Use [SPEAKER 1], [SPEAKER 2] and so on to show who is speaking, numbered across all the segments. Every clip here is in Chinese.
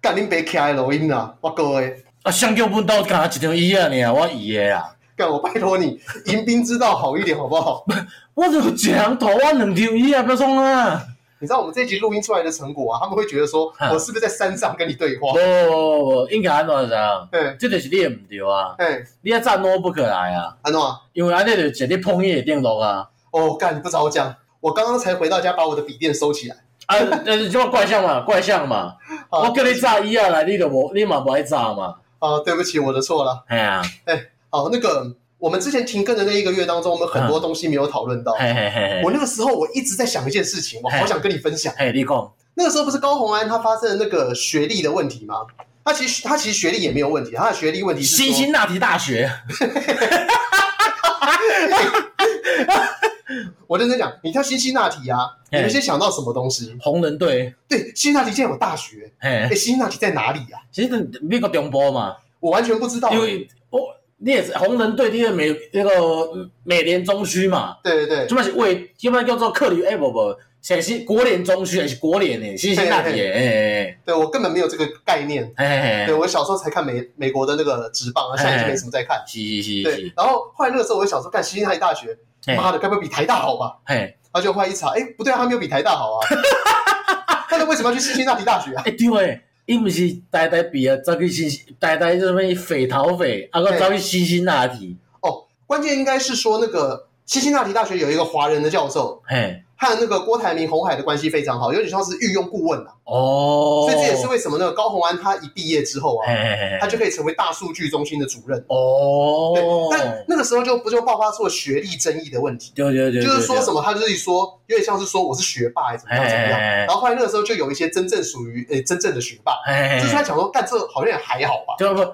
[SPEAKER 1] 干恁别徛的录音啦，我各位，
[SPEAKER 2] 啊，上叫阮兜干一张椅仔尔，我伊诶啊，
[SPEAKER 1] 干我拜托你，迎宾之道好一点好不好？
[SPEAKER 2] 我就一人头，我两张椅仔，不要创啊！
[SPEAKER 1] 你知道我们这一集录音出来的成果啊，他们会觉得说
[SPEAKER 2] 嗯
[SPEAKER 1] 我是不是在山上跟你对
[SPEAKER 2] 无
[SPEAKER 1] 话？
[SPEAKER 2] 无无，应该安怎啥？
[SPEAKER 1] 对，
[SPEAKER 2] 这就是你诶毋对啊！
[SPEAKER 1] 哎，
[SPEAKER 2] 你啊站 n 不可来啊，
[SPEAKER 1] 安诺啊，
[SPEAKER 2] 因为安尼就坐伫碰伊诶顶落啊。
[SPEAKER 1] 哦，干你不早讲，我刚刚才回到家把我的笔电收起来。
[SPEAKER 2] 啊， 但是即么怪象嘛，怪象嘛，
[SPEAKER 1] 啊
[SPEAKER 2] 我叫你炸椅仔来，你就无，你嘛无爱炸嘛。
[SPEAKER 1] 啊，对不起，我的错了。
[SPEAKER 2] 哎呀，
[SPEAKER 1] 好，那个我们之前停更的那一个月当中，我们很多东西没有讨论到。
[SPEAKER 2] 嘿嘿嘿
[SPEAKER 1] 我
[SPEAKER 2] 嘿，
[SPEAKER 1] 那个时候我一直在想一件事情，我好想跟你分享。
[SPEAKER 2] 嘿，你讲，
[SPEAKER 1] 那个时候不是高洪安他发生了那个学历的问题吗？他其实他其实学历也没有问题，他的学历问题是说
[SPEAKER 2] 辛辛那提大学，
[SPEAKER 1] 我认真讲，你跳辛辛那提啊，你
[SPEAKER 2] 嘿
[SPEAKER 1] 们先想到什么东西？
[SPEAKER 2] 红人队，
[SPEAKER 1] 对，辛辛那提竟然有大学，
[SPEAKER 2] 嘿
[SPEAKER 1] 哎、，辛辛那提在哪里啊？
[SPEAKER 2] 其实美国中部嘛，
[SPEAKER 1] 我完全不知道、
[SPEAKER 2] 因为我你也是红人队，你的美那个美联中区嘛，
[SPEAKER 1] 对对对，
[SPEAKER 2] 即摆是为即摆叫做克里哎不不，是是国联中区还是国联诶，辛辛那哎提诶，
[SPEAKER 1] 对我根本没有这个概念。
[SPEAKER 2] 嘿嘿
[SPEAKER 1] 对
[SPEAKER 2] 嘿，
[SPEAKER 1] 我小时候才看美美国的那个职棒啊，现在已经没什么在看。
[SPEAKER 2] 是是是
[SPEAKER 1] 对
[SPEAKER 2] 是，，
[SPEAKER 1] 然后后来那个时候我就想说，干辛辛那提大学，
[SPEAKER 2] 嘿
[SPEAKER 1] 妈的，该不会比台大好吧？
[SPEAKER 2] 嘿，
[SPEAKER 1] 然后就后来一查，哎，不对啊，他没有比台大好啊。他们为什么要去辛辛那提大学啊？
[SPEAKER 2] 哎对诶，伊毋是呆呆比啊，走去辛呆呆什么匪逃匪，啊个走去辛辛那提，
[SPEAKER 1] 关键应该是说那个辛辛那提大学有一个华人的教授，
[SPEAKER 2] 嘿，
[SPEAKER 1] 和那个郭台铭、红海的关系非常好，有点像是御用顾问啊。
[SPEAKER 2] 哦，
[SPEAKER 1] 所
[SPEAKER 2] 哎
[SPEAKER 1] 以这也是为什么那个高鸿安他一毕业之后
[SPEAKER 2] 嘿
[SPEAKER 1] 啊，
[SPEAKER 2] 嘿嘿
[SPEAKER 1] 他就可以成为大数据中心的主任。对，但
[SPEAKER 2] 哦，
[SPEAKER 1] 那个时候就不就爆发出了学历争议的问题，
[SPEAKER 2] 对对对，哎
[SPEAKER 1] 就是说什
[SPEAKER 2] 么
[SPEAKER 1] 么他就是说有点像是说我是学霸还是怎么样怎么样。然后后来那个时候就有一些真正属于诶真正的学霸，
[SPEAKER 2] 嘿
[SPEAKER 1] 就是他讲说干这好像也还好吧。
[SPEAKER 2] 对不？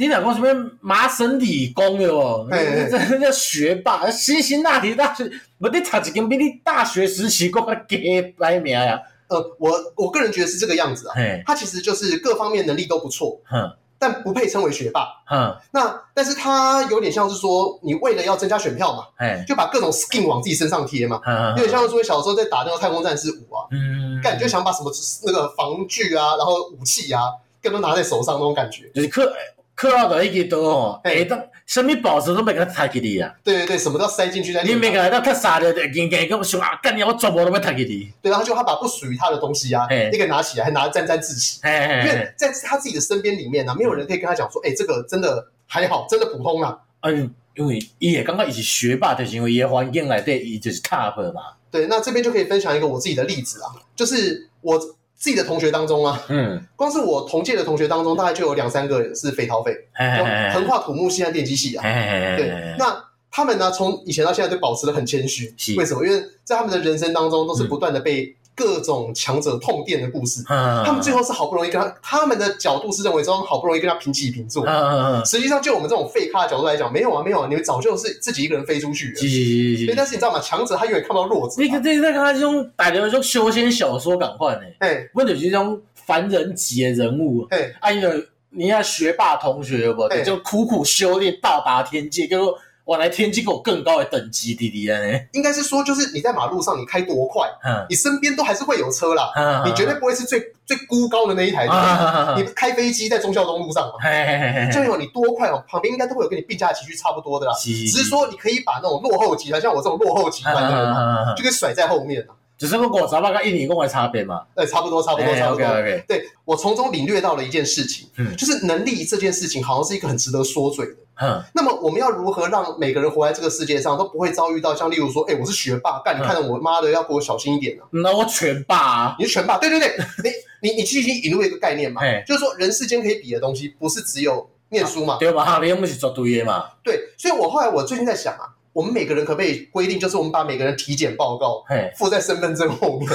[SPEAKER 2] 你俩讲什么麻省理工的哦？
[SPEAKER 1] 嘿嘿
[SPEAKER 2] 这这叫学霸，辛辛那提大学，不你读一间比你大学时期更加给排名呀？
[SPEAKER 1] 呃，我我个人觉得是这个样子啊，
[SPEAKER 2] 嘿，
[SPEAKER 1] 他其实就是各方面能力都不错，
[SPEAKER 2] 哼
[SPEAKER 1] 但不配称为学霸。
[SPEAKER 2] 哼，
[SPEAKER 1] 那但是他有点像是说，你为了要增加选票嘛，
[SPEAKER 2] 嘿，
[SPEAKER 1] 就把各种 skin 往自己身上贴嘛，
[SPEAKER 2] 哼，
[SPEAKER 1] 有点像说小时候在打那个太空战士五啊，
[SPEAKER 2] 嗯，
[SPEAKER 1] 感觉想把什么那个防具啊，然后武器啊，更都拿在手上那种感觉。
[SPEAKER 2] 就是克克劳德一级多哦，
[SPEAKER 1] 嘿
[SPEAKER 2] 哎，当什么宝石都没给他抬起你啊！
[SPEAKER 1] 对对对，什么都要塞进去在里
[SPEAKER 2] 你没
[SPEAKER 1] 面。
[SPEAKER 2] 给他他杀的，硬硬跟我说啊，干你啊我全部都要抬起你，
[SPEAKER 1] 对，然后就他把不属于他的东西啊
[SPEAKER 2] 嘿，
[SPEAKER 1] 一个拿起来，还拿得沾沾自喜，
[SPEAKER 2] 嘿嘿
[SPEAKER 1] 因
[SPEAKER 2] 嘿
[SPEAKER 1] 为，在他自己的身边里面呢、啊，没有人可以跟他讲说，哎、这个真的还好，真的普通啊啦、
[SPEAKER 2] 嗯，因为伊也感觉伊是学霸，就是因为伊的环境内底伊就是 top 嘛，
[SPEAKER 1] 对，那这边就可以分享一个我自己的例子啊，就是我自己的同学当中啊，
[SPEAKER 2] 嗯，
[SPEAKER 1] 光是我同届的同学当中，大概就有两三个是匪逃匪，
[SPEAKER 2] 嘿嘿嘿
[SPEAKER 1] 横跨土木系和电机系啊。
[SPEAKER 2] 嘿嘿嘿
[SPEAKER 1] 对
[SPEAKER 2] 嘿，，
[SPEAKER 1] 那他们呢，从以前到现在都保持的很谦虚
[SPEAKER 2] 哎是，嗯
[SPEAKER 1] 为什么？因为在他们的人生当中，都是不断的被各种强者痛电的故事。他
[SPEAKER 2] 他
[SPEAKER 1] 们最后是好不容易跟他，他们的角度是认为说好不容易跟他平起平坐。
[SPEAKER 2] 嗯嗯嗯，
[SPEAKER 1] 实际上，就我们这种废咖的角度来讲，没有啊，没有啊，你们早就是自己一个人飞出去了
[SPEAKER 2] 是。是是
[SPEAKER 1] 对，但
[SPEAKER 2] 是。
[SPEAKER 1] 是你知道吗？强者他永远看不到弱者
[SPEAKER 2] 你
[SPEAKER 1] 嘛。
[SPEAKER 2] 个这个他这种大流种修仙小说赶快呢，
[SPEAKER 1] 哎
[SPEAKER 2] 阮就是这种凡人级的人物，
[SPEAKER 1] 哎，
[SPEAKER 2] 啊，因为你看学霸同学有无，
[SPEAKER 1] 嘿
[SPEAKER 2] 就苦苦修炼到达天界，结果我来天界给我更高的等级弟弟啊安尼，
[SPEAKER 1] 应该是说，就是你在马路上你开多快，
[SPEAKER 2] 嗯
[SPEAKER 1] 你身边都还是会有车啦，
[SPEAKER 2] 嗯，
[SPEAKER 1] 你绝对不会是最最孤高的那一台车。
[SPEAKER 2] 啊，
[SPEAKER 1] 你开飞机在忠孝东路上嘛，
[SPEAKER 2] 嘿嘿嘿
[SPEAKER 1] 这样有你多快哦，旁边应该都会有跟你并驾齐驱差不多的啦。
[SPEAKER 2] 嘿，
[SPEAKER 1] 只是说你可以把那种落后集团，像我这种落后集团
[SPEAKER 2] 嗯
[SPEAKER 1] 的
[SPEAKER 2] 啊
[SPEAKER 1] 人嘛，就给甩在后面了。
[SPEAKER 2] 只是个五十八跟一年讲的差别嘛，
[SPEAKER 1] 对，差不多，差不多，差不
[SPEAKER 2] OK
[SPEAKER 1] 多。
[SPEAKER 2] OK，
[SPEAKER 1] 对我从中领略到了一件事情，
[SPEAKER 2] 哎嗯
[SPEAKER 1] 就是能力这件事情好像是一个很值得说嘴的。
[SPEAKER 2] 嗯
[SPEAKER 1] 那么我们要如何让每个人活在这个世界上都不会遭遇到像例如说，哎，我是学霸，干你
[SPEAKER 2] 嗯
[SPEAKER 1] 看着我妈的要给我小心一点啊！
[SPEAKER 2] 那我全霸啊，
[SPEAKER 1] 你是全霸，对对对，你你你其实已经引入一个概念嘛
[SPEAKER 2] 嘿，
[SPEAKER 1] 就是说人世间可以比的东西不是只有念书嘛，
[SPEAKER 2] 对吧？啊你又不是绝对的嘛，
[SPEAKER 1] 对，所以我后来我最近在想啊，我们每个人可不可以规定，就是我们把每个人体检报告
[SPEAKER 2] 嘿。
[SPEAKER 1] 附在身份证后面？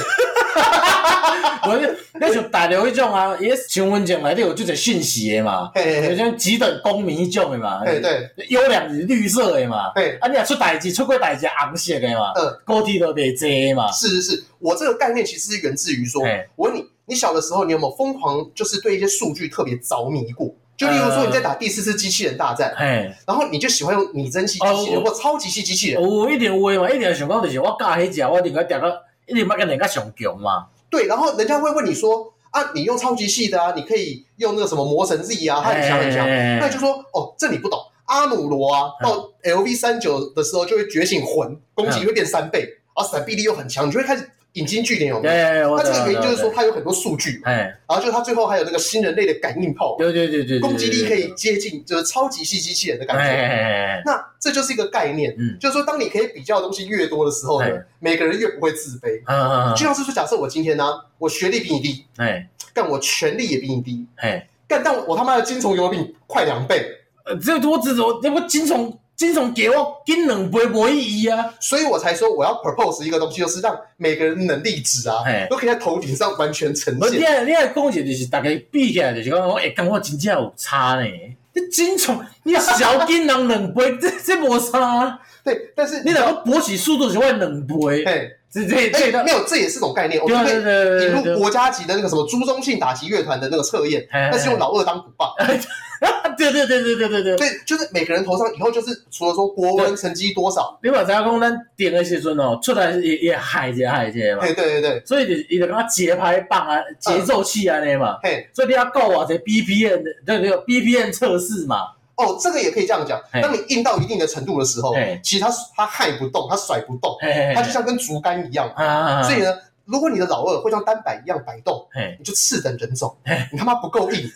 [SPEAKER 2] 我就那就大陆迄种啊，伊身份证内底有即个讯息的嘛，
[SPEAKER 1] 嘿嘿
[SPEAKER 2] 有
[SPEAKER 1] 嘿，
[SPEAKER 2] 种几等公民迄种的嘛，
[SPEAKER 1] 嘿对，
[SPEAKER 2] 优良是绿色的嘛，
[SPEAKER 1] 嘿，
[SPEAKER 2] 啊你若出代志，出过代志红色的嘛，
[SPEAKER 1] 嗯
[SPEAKER 2] 高铁都袂坐的嘛，
[SPEAKER 1] 是是是，我这个概念其实是源自于说
[SPEAKER 2] 嘿，
[SPEAKER 1] 我问你，你小的时候你有没有疯狂，就是对一些数据特别着迷过？就例如说
[SPEAKER 2] 呃
[SPEAKER 1] 你在打第四次机器人大战，
[SPEAKER 2] 嘿，
[SPEAKER 1] 然后你就喜欢用拟真系机器人
[SPEAKER 2] 哦
[SPEAKER 1] 或超级系机器人，
[SPEAKER 2] 有一定有的嘛，一定想讲啊就是我教迄只，我一定要定到，一定要跟人家上强嘛，
[SPEAKER 1] 对，然后人家会问你说。啊，你用超级细的啊，你可以用那个什么魔神 Z 啊，它很强很强。
[SPEAKER 2] 哎嗯
[SPEAKER 1] 那你就说哦，这你不懂。阿姆罗啊，到 LV 三九的时候就会觉醒魂，攻击会变三倍，然后闪避力又很强，你就会开始引经据典，有没有？
[SPEAKER 2] 嗯对，我
[SPEAKER 1] 那
[SPEAKER 2] 懂
[SPEAKER 1] 这个原因就是，说，
[SPEAKER 2] 我懂
[SPEAKER 1] 它有很多数据，
[SPEAKER 2] 哎，
[SPEAKER 1] 然后就是它最后还有那个新人类的感应炮，
[SPEAKER 2] 对对对对，对
[SPEAKER 1] 攻击力可以，接近就是超级系机器人的
[SPEAKER 2] 对
[SPEAKER 1] 感
[SPEAKER 2] 哎
[SPEAKER 1] 觉。
[SPEAKER 2] 哎哎，哎
[SPEAKER 1] 那这就是一个概念，
[SPEAKER 2] 嗯
[SPEAKER 1] 就是说，当你可以比较的东西越多的时候呢
[SPEAKER 2] 哎，
[SPEAKER 1] 每个人越不会自卑。
[SPEAKER 2] 嗯嗯嗯
[SPEAKER 1] 就像是说，假设我今天呢、我学历比你低，
[SPEAKER 2] 哎
[SPEAKER 1] 但我权力也比你低，
[SPEAKER 2] 哎，
[SPEAKER 1] 干但我我他妈的精虫有比你快两倍，
[SPEAKER 2] 呃这我只我这不金虫金虫给我金两杯无意义啊，
[SPEAKER 1] 所以我才说我要 propose 一个东西，就是让每个人能力值啊
[SPEAKER 2] 哎，
[SPEAKER 1] 都可以在头顶上完全呈
[SPEAKER 2] 无你
[SPEAKER 1] 现。
[SPEAKER 2] 啊你啊讲者就是大家比起来就是讲，哦我会感觉真正有差呢。你金虫，你小金人两杯， 这这无差。
[SPEAKER 1] 对，但是
[SPEAKER 2] 你若个勃起速度是我的两倍，
[SPEAKER 1] 哎
[SPEAKER 2] 这这
[SPEAKER 1] 哎
[SPEAKER 2] 这到
[SPEAKER 1] 没有，这也是种概念。我
[SPEAKER 2] 对
[SPEAKER 1] 们
[SPEAKER 2] 啊
[SPEAKER 1] 可以引
[SPEAKER 2] 对对对对
[SPEAKER 1] 入
[SPEAKER 2] 对，
[SPEAKER 1] 国家级的那个什么朱中信打击乐团的那个测验，
[SPEAKER 2] 哎哎哎
[SPEAKER 1] 但是用老二当鼓棒。
[SPEAKER 2] 对对对对对 对对。
[SPEAKER 1] 对，就是每个人头上以后就是除了说国文成绩多少，
[SPEAKER 2] 你嘛知影讲，咱定的时阵哦，出来也也害一下害一下嘛，
[SPEAKER 1] 嘿，对对对，
[SPEAKER 2] 所以就伊就讲节拍棒啊、节奏器安尼嘛，
[SPEAKER 1] 嘿，
[SPEAKER 2] 所以你要啊够偌者 BPM 的，对对对，BPM 测试嘛，
[SPEAKER 1] 哦，这个也可以这样讲。
[SPEAKER 2] 嘿
[SPEAKER 1] 当你硬到一定的程度的时候
[SPEAKER 2] 嘿，
[SPEAKER 1] 其实它它害不动，它甩不动，
[SPEAKER 2] 嘿嘿嘿，
[SPEAKER 1] 它就像跟竹竿一样。
[SPEAKER 2] 啊，
[SPEAKER 1] 所以呢，如果你的老二会像单板一样摆动，
[SPEAKER 2] 嘿，
[SPEAKER 1] 你就次等人种
[SPEAKER 2] 嘿，
[SPEAKER 1] 你他妈不够硬。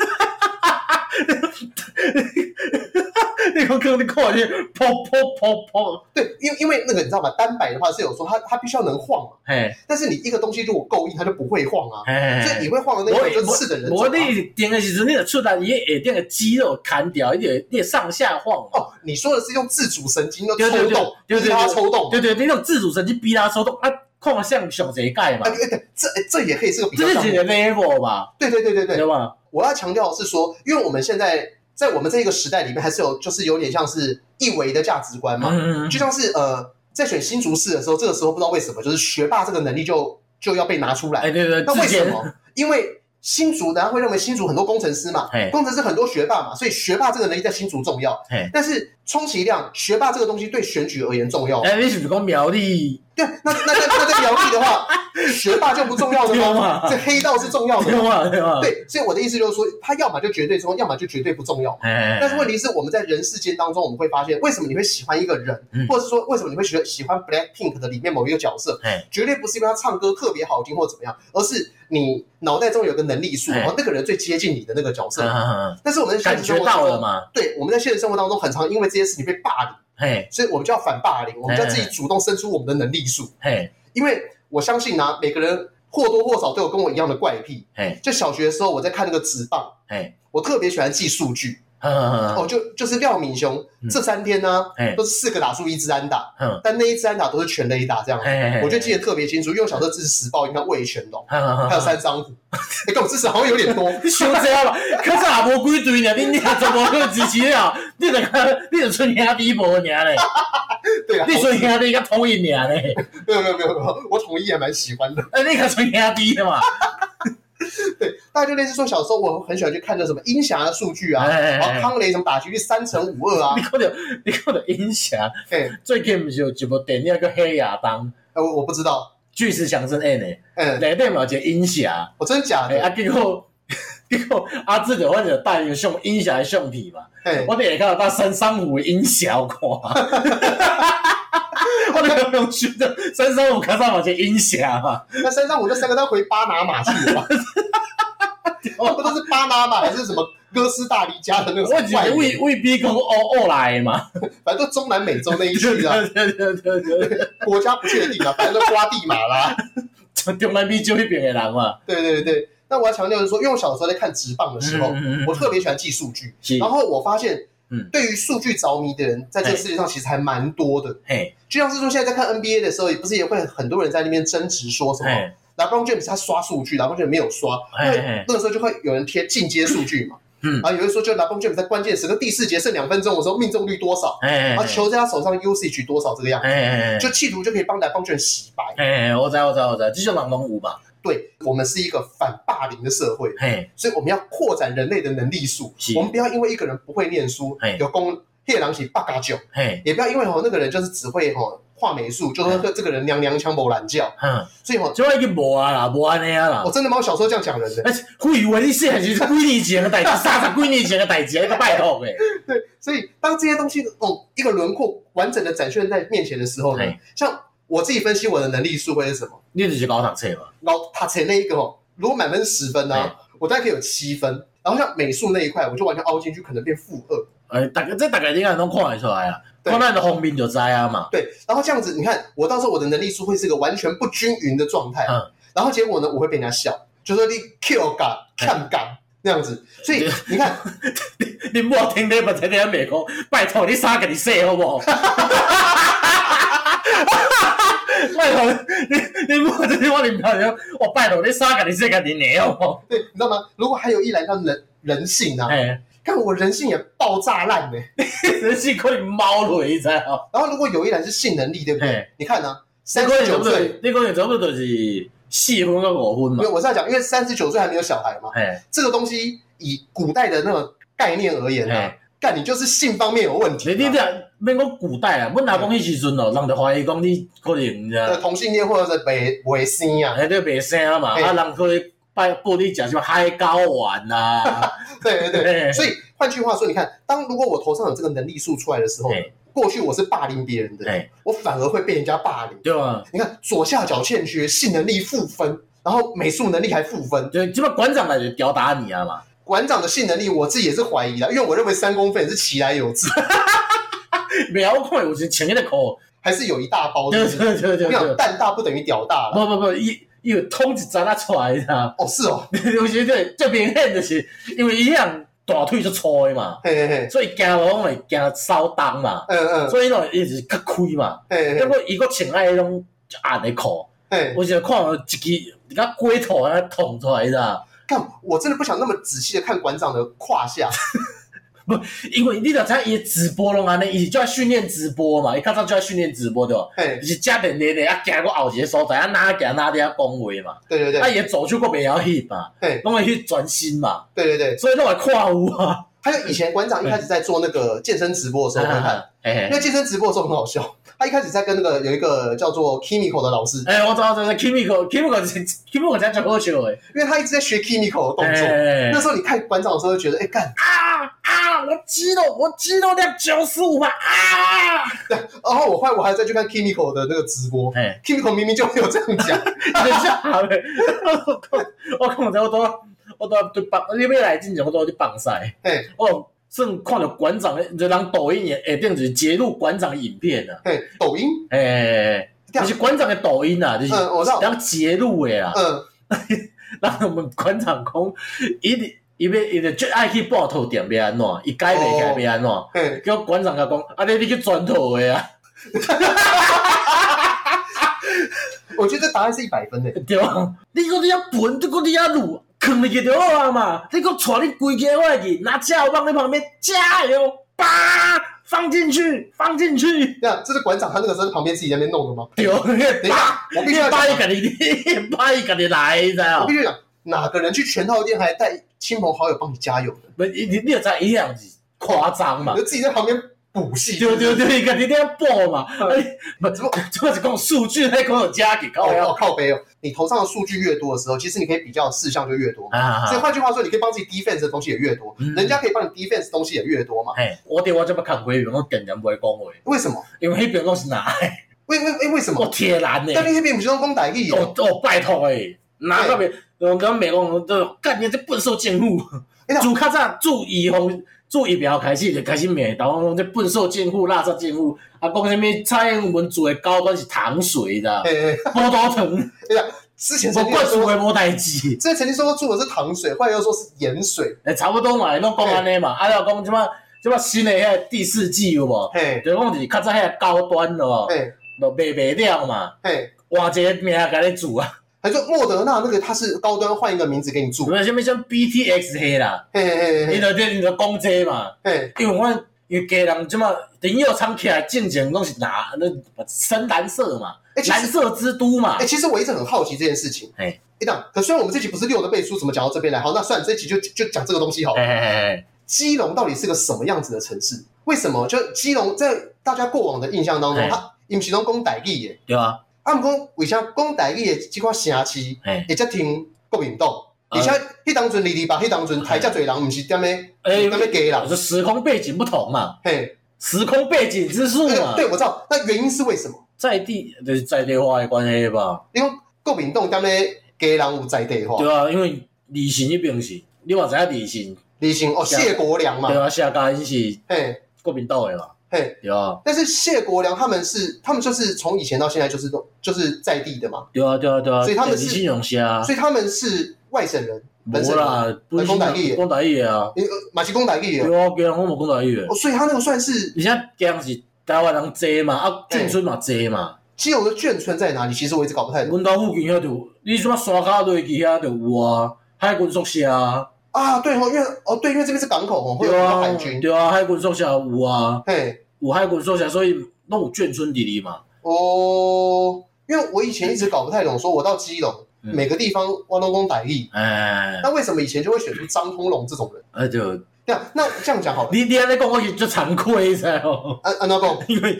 [SPEAKER 2] 你讲讲你看你砰砰砰砰，
[SPEAKER 1] 对，因为因为那个你知道吗？单摆的话是有说它它必须要能晃嘛，
[SPEAKER 2] 嘿，
[SPEAKER 1] 但是你一个东西如果够硬，它就不会晃啊。
[SPEAKER 2] 嘿，
[SPEAKER 1] 所以你会晃的那个就是次等人种
[SPEAKER 2] 无
[SPEAKER 1] 啊。
[SPEAKER 2] 你定的时阵，你就出来伊下顶的肌肉砍掉，伊就你上下晃嘛，
[SPEAKER 1] 哦，你说的是用自主神经的
[SPEAKER 2] 对对
[SPEAKER 1] 抽
[SPEAKER 2] 对
[SPEAKER 1] 动，
[SPEAKER 2] 对对
[SPEAKER 1] 逼
[SPEAKER 2] 对
[SPEAKER 1] 他抽动。
[SPEAKER 2] 对对，你那种自主神经逼他抽动啊，看像上一盖嘛
[SPEAKER 1] 啊，，对对，这哎这也可以是个比较
[SPEAKER 2] 这
[SPEAKER 1] 项
[SPEAKER 2] 是一
[SPEAKER 1] 目。
[SPEAKER 2] 个 level 嘛，
[SPEAKER 1] 对对对对对
[SPEAKER 2] 对，吧？
[SPEAKER 1] 我要强调的是说，因为我们现在在我们这个时代里面，还是有就是有点像是一维的价值观嘛，
[SPEAKER 2] 嗯嗯
[SPEAKER 1] 就像是呃，在选新竹市的时候，这个时候不知道为什么，就是学霸这个能力就就要被拿出来。
[SPEAKER 2] 哎，对对，
[SPEAKER 1] 那
[SPEAKER 2] 之
[SPEAKER 1] 为什
[SPEAKER 2] 前
[SPEAKER 1] 么？因为新竹，大家会认为新竹很多工程师嘛
[SPEAKER 2] 嘿，
[SPEAKER 1] 工程师很多学霸嘛，所以学霸这个能力在新竹重要
[SPEAKER 2] 嘿。
[SPEAKER 1] 但是充其量，学霸这个东西对选举而言重要。
[SPEAKER 2] 哎，你是不是讲苗栗？
[SPEAKER 1] 对，那那那那在苗栗的 话，学霸就不重要的
[SPEAKER 2] 对
[SPEAKER 1] 吗
[SPEAKER 2] 嘛？
[SPEAKER 1] 这黑道是重要的
[SPEAKER 2] 对
[SPEAKER 1] 吗。
[SPEAKER 2] 嘛对嘛？，
[SPEAKER 1] 哦对，所以我的意思就是说，他要么就绝对重要，要么就绝对不重要。
[SPEAKER 2] 哎，
[SPEAKER 1] 但是问题是，我们在人世间当中，我们会发现，为什么你会喜欢一个人，
[SPEAKER 2] 嗯
[SPEAKER 1] 或者是说，为什么你会喜喜欢 Black Pink 的里面某一个角色
[SPEAKER 2] 哎，
[SPEAKER 1] 绝对不是因为他唱歌特别好听或怎么样，而是你脑袋中有个能力数，
[SPEAKER 2] 哎
[SPEAKER 1] 然后那个人最接近你的那个角色。
[SPEAKER 2] 嗯，
[SPEAKER 1] 但是我们在现
[SPEAKER 2] 感
[SPEAKER 1] 实
[SPEAKER 2] 觉
[SPEAKER 1] 生活当
[SPEAKER 2] 到了
[SPEAKER 1] 中，
[SPEAKER 2] 嘛？
[SPEAKER 1] 对，我们在现实生活当中，很常因为这些事情被霸凌，
[SPEAKER 2] 嘿，
[SPEAKER 1] 所以我们就要反霸凌，我们就要自己主动伸出我们的能力数。
[SPEAKER 2] 嘿，
[SPEAKER 1] 因为我相信啊，每个人或多或少都有跟我一样的怪癖。
[SPEAKER 2] 嘿，
[SPEAKER 1] 就小学的时候，我在看那个纸棒，
[SPEAKER 2] 嘿，
[SPEAKER 1] 我特别喜欢记数据。
[SPEAKER 2] 嗯
[SPEAKER 1] 哦，就就是廖敏雄
[SPEAKER 2] 嗯
[SPEAKER 1] 这三天呢、
[SPEAKER 2] 嘿
[SPEAKER 1] 都是四个打出一支安打，
[SPEAKER 2] 嗯，
[SPEAKER 1] 但那一支安打都是全垒打这样。
[SPEAKER 2] 嘿，嗯
[SPEAKER 1] 我就记得特别清楚，因为我小时候支持时报，应该魏全龙，
[SPEAKER 2] 得
[SPEAKER 1] 还有三张虎， 哎，跟我支持好像有点多。
[SPEAKER 2] 你想这样吧，可是也无几队呢，你你怎么去支持了？你就你就剩兄弟无尔嘞，
[SPEAKER 1] 对啊，
[SPEAKER 2] 你剩兄弟甲同一尔嘞，
[SPEAKER 1] 没有没有没有没有，我统一也蛮喜欢的。
[SPEAKER 2] 哎，你甲剩兄弟的嘛？
[SPEAKER 1] 大家就类似说，小时候我很喜欢去看那什么鹰侠的数据啊，
[SPEAKER 2] 哎，
[SPEAKER 1] 然后康雷什么打击率三乘五二啊
[SPEAKER 2] 你，看着你看着音响，
[SPEAKER 1] 哎，
[SPEAKER 2] 最近不是有一部电影叫《黑亚当》，
[SPEAKER 1] 呃我我不知道，
[SPEAKER 2] 巨石强森演的，
[SPEAKER 1] 嗯，
[SPEAKER 2] 内底嘛有一个音响。
[SPEAKER 1] 我真假
[SPEAKER 2] 哎、
[SPEAKER 1] 的，
[SPEAKER 2] 啊，结果 结果阿志就我就带一个相音响的相片嘛，
[SPEAKER 1] 哎，
[SPEAKER 2] 我哋下骹有搭三三五的音响看， 我哋用选择三三五卡上嘛，就音啊响嘛，
[SPEAKER 1] 那山上我那三个他回巴拿马去了 吧？那不都是巴拿马还是什么哥斯达黎加的那个
[SPEAKER 2] 我只
[SPEAKER 1] 外
[SPEAKER 2] 是
[SPEAKER 1] 援
[SPEAKER 2] 未未必讲欧欧哦来的嘛，
[SPEAKER 1] 反正都中南美洲那一
[SPEAKER 2] 对
[SPEAKER 1] 区啊，
[SPEAKER 2] 对对对对对对，
[SPEAKER 1] 国家不确定啊，反正都瓜地马拉。
[SPEAKER 2] 就 中南美洲那边的人嘛，
[SPEAKER 1] 对对对，那我要强调就是说，因为我小时候在看直棒的时候，
[SPEAKER 2] 嗯嗯嗯
[SPEAKER 1] 我特别喜欢记数据，
[SPEAKER 2] 是
[SPEAKER 1] 然后我发现
[SPEAKER 2] 嗯，哎
[SPEAKER 1] 对于数据着迷的人，在这个
[SPEAKER 2] 嘿
[SPEAKER 1] 世界上其实还蛮多的。
[SPEAKER 2] 嘿，
[SPEAKER 1] 就像是说，现在在看 NBA 的时候，也不是也会很多人在那边争执说什么
[SPEAKER 2] 嘿，
[SPEAKER 1] ，LeBron James 他刷数据，LeBron James 没有刷，
[SPEAKER 2] 嘿嘿
[SPEAKER 1] 那那个时候就会有人贴进阶数据嘛，
[SPEAKER 2] 嗯
[SPEAKER 1] 然后有人说，就 LeBron James 在关键时刻第四节剩两分钟的时候，命中率多少，
[SPEAKER 2] 哎
[SPEAKER 1] 然后，球在他手上 usage 多少这个样子。
[SPEAKER 2] 哎
[SPEAKER 1] 就企图就可以帮来帮去洗白。
[SPEAKER 2] 哎，我知我知我知，这种人拢有嘛，
[SPEAKER 1] 对我们是一个反霸凌的社会，
[SPEAKER 2] 嘿，
[SPEAKER 1] 所以我们要扩展人类的能力数
[SPEAKER 2] 是。
[SPEAKER 1] 我们不要因为一个人不会念书
[SPEAKER 2] 嘿，
[SPEAKER 1] 有功，夜郎起八嘎九，
[SPEAKER 2] 嘿，
[SPEAKER 1] 也不要因为吼那个人就是只会吼画美术，就说这个人娘娘腔某懒叫，
[SPEAKER 2] 哼，
[SPEAKER 1] 所以嘛，
[SPEAKER 2] 即已经无啊啦，无安尼啊啦
[SPEAKER 1] 我。真的吗？我小时候这样讲人的，
[SPEAKER 2] 而且我以为你细汉时是几年前的代志，三十几年前的代志，你个拜托诶。
[SPEAKER 1] 对，所以当这些东西哦一个轮廓完整的展现在面前的时候呢
[SPEAKER 2] 哎，
[SPEAKER 1] 像我自己分析我的能力数会是什么，
[SPEAKER 2] 你就是搞读册嘛，
[SPEAKER 1] 然后他前那一个哦，如果满分十分呢、
[SPEAKER 2] 哎
[SPEAKER 1] 我大概可以有七分，然后像美术那一块，我就完全凹进去，可能变负二。
[SPEAKER 2] 呃，大家这大家你看拢看得出来啊，
[SPEAKER 1] 对
[SPEAKER 2] 看咱的方面就知啊嘛。
[SPEAKER 1] 对，然后这样子，你看我到时候我的能力数会是一个完全不均匀的状态，
[SPEAKER 2] 嗯
[SPEAKER 1] 然后结果呢，我会被人家笑，就说你 Q 感、看感那样子，所以你看，
[SPEAKER 2] 你莫听你不听你美讲，拜托你三个你说好不好？拜托你，你莫听我林朋友，我拜托你三个你说个你娘好不好？
[SPEAKER 1] 对，你知道吗？如果还有一栏像人人性啊，
[SPEAKER 2] 哎，
[SPEAKER 1] 看我人性也爆炸烂呢、
[SPEAKER 2] 人是可以猫落，你知道？
[SPEAKER 1] 然后如果有一栏是性能力，对不对？
[SPEAKER 2] 哎，
[SPEAKER 1] 你看呢、
[SPEAKER 2] 你
[SPEAKER 1] 三
[SPEAKER 2] 讲的
[SPEAKER 1] 十
[SPEAKER 2] 差
[SPEAKER 1] 九
[SPEAKER 2] 不多
[SPEAKER 1] 岁，，
[SPEAKER 2] 你讲的差不多就是四分到五分
[SPEAKER 1] 因
[SPEAKER 2] 嘛
[SPEAKER 1] 为。我是在讲，因为三十九岁还没有小孩嘛，
[SPEAKER 2] 哎，
[SPEAKER 1] 这个东西以古代的那种概念而言啊
[SPEAKER 2] 哎，
[SPEAKER 1] 干你就是性方面有问
[SPEAKER 2] 你
[SPEAKER 1] 题
[SPEAKER 2] 你
[SPEAKER 1] 嘛，
[SPEAKER 2] 这免讲古代啊，阮若讲迄时阵哦，人就怀疑讲你可能你知道
[SPEAKER 1] 呃，同性恋或者是伪伪性啊，
[SPEAKER 2] 哎，你袂生嘛，
[SPEAKER 1] 嘿
[SPEAKER 2] 啊，人可以拜报你食什么海膏丸啊，
[SPEAKER 1] 对 对对。
[SPEAKER 2] 对
[SPEAKER 1] 所以换句话说，你看，当如果我头上有这个能力数出来的时候呢
[SPEAKER 2] 对，
[SPEAKER 1] 过去我是霸凌别人的
[SPEAKER 2] 对，
[SPEAKER 1] 我反而会被人家霸凌。
[SPEAKER 2] 对嘛，
[SPEAKER 1] 你看左下角欠缺，性能力负分，然后美术能力还负分。
[SPEAKER 2] 就即摆馆长来就吊打你啊嘛，
[SPEAKER 1] 馆长的性能力我自己也是怀疑的，因为我认为三公分也是其来有自，
[SPEAKER 2] 袂晓看有时穿迄个裤，
[SPEAKER 1] 还是有一大包
[SPEAKER 2] 对
[SPEAKER 1] 的。
[SPEAKER 2] 对对对
[SPEAKER 1] 我跟你讲，
[SPEAKER 2] 对，
[SPEAKER 1] 蛋大哦不等于屌大了。
[SPEAKER 2] 不不不，伊伊有通一扎啊出来啦，
[SPEAKER 1] 哦，是哦，
[SPEAKER 2] 有时这最明显就是因为伊人大腿就粗的嘛，
[SPEAKER 1] 嘿嘿嘿，
[SPEAKER 2] 所以行路会行稍重嘛，
[SPEAKER 1] 嗯嗯，
[SPEAKER 2] 所以咯伊就是较开嘛，
[SPEAKER 1] 嘿
[SPEAKER 2] 结
[SPEAKER 1] 嘿
[SPEAKER 2] 果伊佫穿迄种红的裤。
[SPEAKER 1] 嘿，
[SPEAKER 2] 我就看到一支甲龟头安尼捅出来啊啦，
[SPEAKER 1] 干，我真的不想那么仔细的看馆长的胯下，
[SPEAKER 2] 因为你知道伊直播拢安尼，伊就要训练直播嘛，伊较早就要训练直播对吧？
[SPEAKER 1] 嘿
[SPEAKER 2] 伊，是遮练练的，啊行过后一个所在，啊哪行哪伫遐讲话
[SPEAKER 1] 对对
[SPEAKER 2] 嘛，啊
[SPEAKER 1] 对，
[SPEAKER 2] 伊的左手佫袂晓翕嘛，
[SPEAKER 1] 嘿，
[SPEAKER 2] 拢会去转身嘛，
[SPEAKER 1] 对对对，
[SPEAKER 2] 所以拢会看有啊。
[SPEAKER 1] 还有以前馆长一开始在做那个健身直播的时候， 我会看，
[SPEAKER 2] 哎
[SPEAKER 1] 因为健身直播的时候很好笑。他一开始在跟那个有一个叫做 Kimiko 的老师，
[SPEAKER 2] 哎，我知道，知道，Kimiko，Kimiko，Kimiko 真好笑诶！
[SPEAKER 1] 因为他一直在学 Kimiko 的动作。
[SPEAKER 2] 哎
[SPEAKER 1] 那时候你看馆长的时候，就觉得哎干
[SPEAKER 2] 啊啊，我肌肉，我肌肉量九十五吧啊！
[SPEAKER 1] 然后哦我后来我还再去看 Kimiko 的那个直播
[SPEAKER 2] 哎，
[SPEAKER 1] ，Kimiko 明明就没有这样 讲，
[SPEAKER 2] 等一下嘞，我我讲真，我都我都对放，你要来进前我都去放晒。
[SPEAKER 1] 嘿，
[SPEAKER 2] 我算看到馆长的，就人抖音也下顶就是截录馆长的影片啊，
[SPEAKER 1] 嘿，抖音，
[SPEAKER 2] 诶、
[SPEAKER 1] 这
[SPEAKER 2] 就
[SPEAKER 1] 样
[SPEAKER 2] 是馆长的抖音啊，就是
[SPEAKER 1] 嗯，我知道，
[SPEAKER 2] 人截录的啦，
[SPEAKER 1] 嗯，
[SPEAKER 2] 让我们馆长讲，伊伊要伊就最爱去半套店要安怎，伊改袂起来要安怎，
[SPEAKER 1] 嘿，
[SPEAKER 2] 叫馆长甲讲，啊你你去转头的啊，
[SPEAKER 1] 我觉得这答案是一百分欸的。
[SPEAKER 2] 对吧？你讲你遐笨，你讲你遐鲁，扛入去就好啊嘛。你讲带你规家伙去，拿加油棒在旁边，加油，叭，放进去，放进去。
[SPEAKER 1] 那这是馆长他那个时候在旁边自己在那边弄的吗？
[SPEAKER 2] 对，
[SPEAKER 1] 等一下，我必须要
[SPEAKER 2] 叭
[SPEAKER 1] 讲
[SPEAKER 2] 啊一，个你，叭一个你来，你知
[SPEAKER 1] 我
[SPEAKER 2] 道
[SPEAKER 1] 必？须讲，哪个人去全套店还带亲朋好友帮你加油的？
[SPEAKER 2] 不，你你你知一样是夸张嘛
[SPEAKER 1] 你？就自己在旁边补戏，
[SPEAKER 2] 对对对，个你定要报嘛？哎，不，
[SPEAKER 1] 怎么
[SPEAKER 2] 这不是讲数据，还讲有加给高
[SPEAKER 1] 哦，
[SPEAKER 2] 呀？
[SPEAKER 1] 靠背哦，你头上的数据越多的时候，其实你可以比较的事项就越多。
[SPEAKER 2] 啊
[SPEAKER 1] 所以，换句话说，你可以帮自己 defense 的东西也越多，
[SPEAKER 2] 嗯
[SPEAKER 1] 人家可以帮你 defense 的东西也越多嘛？
[SPEAKER 2] 哎，我对我这么看规矩，我根本不会讲话，
[SPEAKER 1] 为什么？
[SPEAKER 2] 因为那边拢是哪？
[SPEAKER 1] 为为为为什
[SPEAKER 2] 我
[SPEAKER 1] 么？
[SPEAKER 2] 铁男呢？
[SPEAKER 1] 但那些并不是用公歹义
[SPEAKER 2] 哦
[SPEAKER 1] 哦。
[SPEAKER 2] 哦，拜托诶，哪个别我跟美国都干你这笨兽贱户
[SPEAKER 1] 哎那，
[SPEAKER 2] 自较早注意红注意表开始就开始骂，然后讲这笨兽贱户、垃圾贱户，啊，讲什么蔡英文煮的高端是糖水的，
[SPEAKER 1] 哎哎，
[SPEAKER 2] 波多 糖，
[SPEAKER 1] 之前
[SPEAKER 2] 我
[SPEAKER 1] 曾经
[SPEAKER 2] 灌输
[SPEAKER 1] 说，
[SPEAKER 2] 的无代志，
[SPEAKER 1] 之前曾经说过住的是糖水，后来又说是盐水。
[SPEAKER 2] 哎，差不多嘛，拢讲安尼嘛，啊，了讲即马即马新的遐第四季有无？
[SPEAKER 1] 嘿，
[SPEAKER 2] 就讲是较早遐高端的哦，
[SPEAKER 1] 嘿，
[SPEAKER 2] 就卖袂了嘛，
[SPEAKER 1] 嘿，
[SPEAKER 2] 换一个名甲你煮啊，
[SPEAKER 1] 还说莫德纳那个它是高端，换一个名字给你
[SPEAKER 2] 有
[SPEAKER 1] 住。
[SPEAKER 2] 没有什么像 BTX 迄啦，
[SPEAKER 1] 嘿嘿
[SPEAKER 2] 伊
[SPEAKER 1] 嘿
[SPEAKER 2] 就嗯你就讲这个嘛。
[SPEAKER 1] 嘿，
[SPEAKER 2] 因为我因为家人即马林药厂起来进前拢是拿那深蓝色嘛，
[SPEAKER 1] 哎，其
[SPEAKER 2] 蓝
[SPEAKER 1] 实
[SPEAKER 2] 色之都嘛
[SPEAKER 1] 哎，，其实我一直很好奇这件事情。
[SPEAKER 2] 哎
[SPEAKER 1] 哎，一档，可虽然我们这集不是六的倍数，怎么讲到这边来？好，那算了，这集就就讲这个东西好了。
[SPEAKER 2] 哎
[SPEAKER 1] 基隆到底是个什么样子的城市？为什么？就基隆在大家过往的印象当中，
[SPEAKER 2] 哎
[SPEAKER 1] 它伊毋是拢讲台语诶，
[SPEAKER 2] 对啊，
[SPEAKER 1] 啊，毋讲为啥讲台语诶即款城市
[SPEAKER 2] 嘿，
[SPEAKER 1] 会遮听国民党？
[SPEAKER 2] 呃
[SPEAKER 1] 而且迄当阵二二八，迄当阵台遮侪人，毋是踮咧
[SPEAKER 2] 哎
[SPEAKER 1] 踮咧家人，
[SPEAKER 2] 这时空背景不同嘛，
[SPEAKER 1] 嘿，
[SPEAKER 2] 时空背景之术
[SPEAKER 1] 对
[SPEAKER 2] 嘛，
[SPEAKER 1] 哎对，我知道。那原因是为什么？
[SPEAKER 2] 在地就是在地化的关系吧，
[SPEAKER 1] 因为国民党踮咧家人有在地化，
[SPEAKER 2] 对啊，因为李信迄边是，你嘛知影李信，
[SPEAKER 1] 李行哦，谢国良嘛
[SPEAKER 2] 对，啊，下家因是
[SPEAKER 1] 嘿，
[SPEAKER 2] 国民党诶嘛，
[SPEAKER 1] 嘿，
[SPEAKER 2] 对啊，
[SPEAKER 1] 但是谢国良他们是，他们就是从以前到现在就是都就是在地的嘛，
[SPEAKER 2] 对啊，对啊，对啊，
[SPEAKER 1] 所以他们
[SPEAKER 2] 李
[SPEAKER 1] 是
[SPEAKER 2] 信用下，
[SPEAKER 1] 所以他们是外省人，
[SPEAKER 2] 无
[SPEAKER 1] 本省人
[SPEAKER 2] 啊啦，不是
[SPEAKER 1] 讲台语的
[SPEAKER 2] 讲台语的啊，
[SPEAKER 1] 因为马其公台地人，
[SPEAKER 2] 对啊，惊我无讲台语的
[SPEAKER 1] 哦，所以他那个算是
[SPEAKER 2] 而且惊是台湾人济嘛，啊，眷村嘛济嘛，
[SPEAKER 1] 基隆的眷村在哪里？其实我一直搞不太懂
[SPEAKER 2] 阮兜附近遐就，你即马山骹落去遐就有啊，海军宿舍啊，
[SPEAKER 1] 啊。对哦，因为哦对，因为这边是港口哦，会有
[SPEAKER 2] 对
[SPEAKER 1] 很多
[SPEAKER 2] 啊
[SPEAKER 1] 海，军，
[SPEAKER 2] 对啊，海军宿舍有啊，
[SPEAKER 1] 嘿，
[SPEAKER 2] 有海军宿舍，所以拢有眷村弟弟嘛，
[SPEAKER 1] 哦，因为我以前一直搞不太懂，说我到基隆
[SPEAKER 2] 嗯
[SPEAKER 1] 每个地方关东公台地，
[SPEAKER 2] 哎，
[SPEAKER 1] 那为什么以前就会选出张通龙这种人？
[SPEAKER 2] 啊就，
[SPEAKER 1] 这样，那这样讲好了，呃
[SPEAKER 2] 你你安尼讲，我是足惭愧噻哦，
[SPEAKER 1] 安安娜贡，
[SPEAKER 2] 因为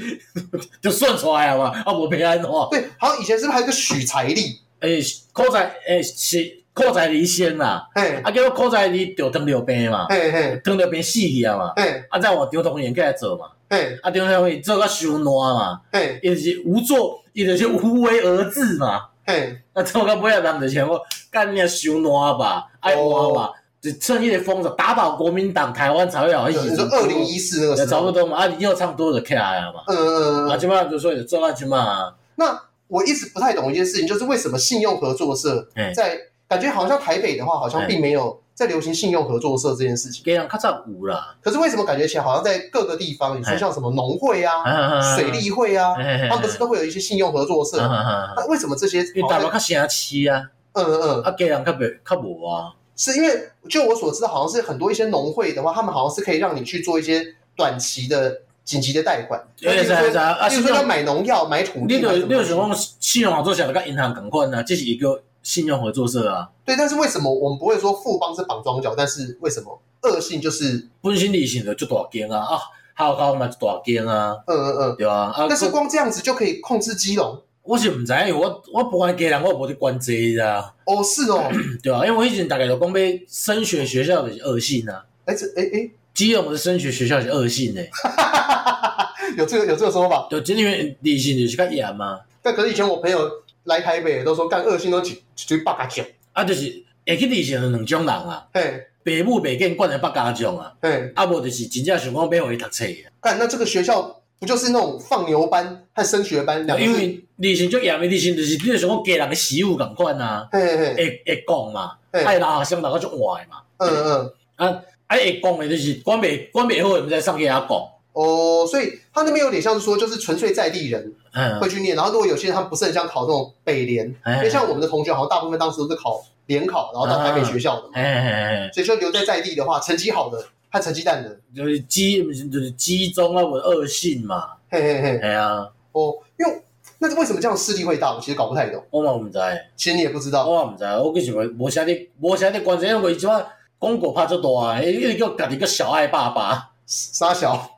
[SPEAKER 2] 就算出来啊嘛，啊无平安哎哦，
[SPEAKER 1] 对，好像以前是不是还有一个许财力？
[SPEAKER 2] 诶，靠在诶哎是靠在离先啦，
[SPEAKER 1] 嘿，
[SPEAKER 2] 啊叫靠在离着糖尿病嘛，
[SPEAKER 1] 嘿嘿，
[SPEAKER 2] 糖尿病死去啊嘛，
[SPEAKER 1] 嘿，
[SPEAKER 2] 啊再换张同源过来做嘛。
[SPEAKER 1] 嘿，
[SPEAKER 2] 啊，中央伊做甲伤烂嘛，
[SPEAKER 1] 嘿，
[SPEAKER 2] 伊就是无做，伊就是无为而治嘛。
[SPEAKER 1] 嘿，
[SPEAKER 2] 啊，做到尾啊，人就是讲，干你啊伤烂吧，爱换吧，就趁迄个风潮打倒国民党，台湾才会好一起。
[SPEAKER 1] 呃你说二零一四那个
[SPEAKER 2] 也
[SPEAKER 1] 时
[SPEAKER 2] 差不
[SPEAKER 1] 候，
[SPEAKER 2] 多嘛，啊，你又差不多就起来啊嘛。
[SPEAKER 1] 嗯嗯
[SPEAKER 2] 啊，
[SPEAKER 1] 嗯，
[SPEAKER 2] 即摆就说就做到即嘛，
[SPEAKER 1] 那我一直不太懂一件事情，就是为什么信用合作社
[SPEAKER 2] 嘿
[SPEAKER 1] 在感觉好像台北的话，好像并没
[SPEAKER 2] 哎
[SPEAKER 1] 有在流行信用合作社这件事情，
[SPEAKER 2] 加上较早有啦，
[SPEAKER 1] 可是为什么感觉起来好像在各个地方，你说
[SPEAKER 2] 嘿
[SPEAKER 1] 像什么农会啊、
[SPEAKER 2] 哎啊
[SPEAKER 1] 水，利会啊，他
[SPEAKER 2] 他
[SPEAKER 1] 们不是都会有一些信用合作
[SPEAKER 2] 啊
[SPEAKER 1] 社？那为什么这些
[SPEAKER 2] 因为
[SPEAKER 1] 好
[SPEAKER 2] 台
[SPEAKER 1] 像？
[SPEAKER 2] 湾较城市啊，
[SPEAKER 1] 嗯嗯嗯，
[SPEAKER 2] 啊，家人较袂较无啊，
[SPEAKER 1] 是因为就我所知道，好像是很多一些农会的话，他们好像是可以让你去做一些短期的紧急的贷款，
[SPEAKER 2] 因为啥啥啊，
[SPEAKER 1] 例如说要买农药、买土地，
[SPEAKER 2] 你就
[SPEAKER 1] 买什
[SPEAKER 2] 你
[SPEAKER 1] 么
[SPEAKER 2] 就
[SPEAKER 1] 东
[SPEAKER 2] 想
[SPEAKER 1] 西
[SPEAKER 2] 讲信用合作社甲银行共款啊，这是一个信用合作社啊。
[SPEAKER 1] 对，但是为什么我们不会说富邦是绑庄脚，但是为什么恶性就是
[SPEAKER 2] 本身利息就足大间啊，啊，校校嘛足大间啊，
[SPEAKER 1] 嗯嗯嗯，
[SPEAKER 2] 对啊，啊，
[SPEAKER 1] 但是
[SPEAKER 2] 我
[SPEAKER 1] 光这样子就可以控制基隆？
[SPEAKER 2] 我是毋知影，因为我我不管家人，我无伫管这个啊，
[SPEAKER 1] 哦，是 哦，
[SPEAKER 2] 对啊，因为我以前大概就讲要升学学校就是恶性啊，
[SPEAKER 1] 哎这哎哎，
[SPEAKER 2] 基隆的升学学校是恶性诶、
[SPEAKER 1] 哎有这个有这个说法，
[SPEAKER 2] 就真因为利息就是较严啊嘛，
[SPEAKER 1] 但可是以前我朋友来台北都说干恶性都去去八嘎九，
[SPEAKER 2] 啊，就是会去利息是两种人啊，
[SPEAKER 1] 嘿
[SPEAKER 2] 爸母袂见管的北家长啊，
[SPEAKER 1] 嘿，
[SPEAKER 2] 啊无就是真正想讲要互伊读册的
[SPEAKER 1] 干那这个学校不就是那种放牛班和升学班两
[SPEAKER 2] 啊，
[SPEAKER 1] 个
[SPEAKER 2] 因
[SPEAKER 1] 是？
[SPEAKER 2] 为利息足严的利息就是你就想讲家人的媳妇共款啊，
[SPEAKER 1] 嘿嘿嘿，
[SPEAKER 2] 会会讲嘛，
[SPEAKER 1] 嘿
[SPEAKER 2] 爱拉学生人个足坏嘛。
[SPEAKER 1] 哎嗯嗯，
[SPEAKER 2] 啊，会讲的就是管袂管袂好的，毋知送去遐讲。
[SPEAKER 1] 哦，所以他那边有点像是说，就是纯粹在地人
[SPEAKER 2] 嗯，
[SPEAKER 1] 会去念，然后如果有些人他们不是很想考那种北联，因为
[SPEAKER 2] 哎
[SPEAKER 1] 像我们的同学好像大部分当时都是考联考，然后到台北学校的嘛。
[SPEAKER 2] 哎哎哎，
[SPEAKER 1] 所以说留在在地的话，成绩好的和成绩淡的，
[SPEAKER 2] 就是基就是基中啊，我恶性嘛，
[SPEAKER 1] 嘿嘿嘿，
[SPEAKER 2] 哎啊，
[SPEAKER 1] 哦，因为那为什么这样势力会大？我其实搞不太懂，
[SPEAKER 2] 我嘛毋知，
[SPEAKER 1] 其实你也不知道。
[SPEAKER 2] 我嘛毋知，我计想讲无啥咧，无啥咧关系，因为伊即摆广告拍足大的，伊伊叫家己叫小爱爸爸，
[SPEAKER 1] 沙小，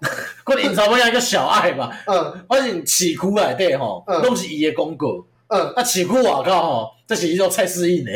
[SPEAKER 2] 可能因查某囝叫小爱嘛，
[SPEAKER 1] 嗯
[SPEAKER 2] 反正市区内底吼，
[SPEAKER 1] 嗯
[SPEAKER 2] 拢是伊的广告，
[SPEAKER 1] 嗯，
[SPEAKER 2] 啊市区外口吼，这是伊种蔡适应的，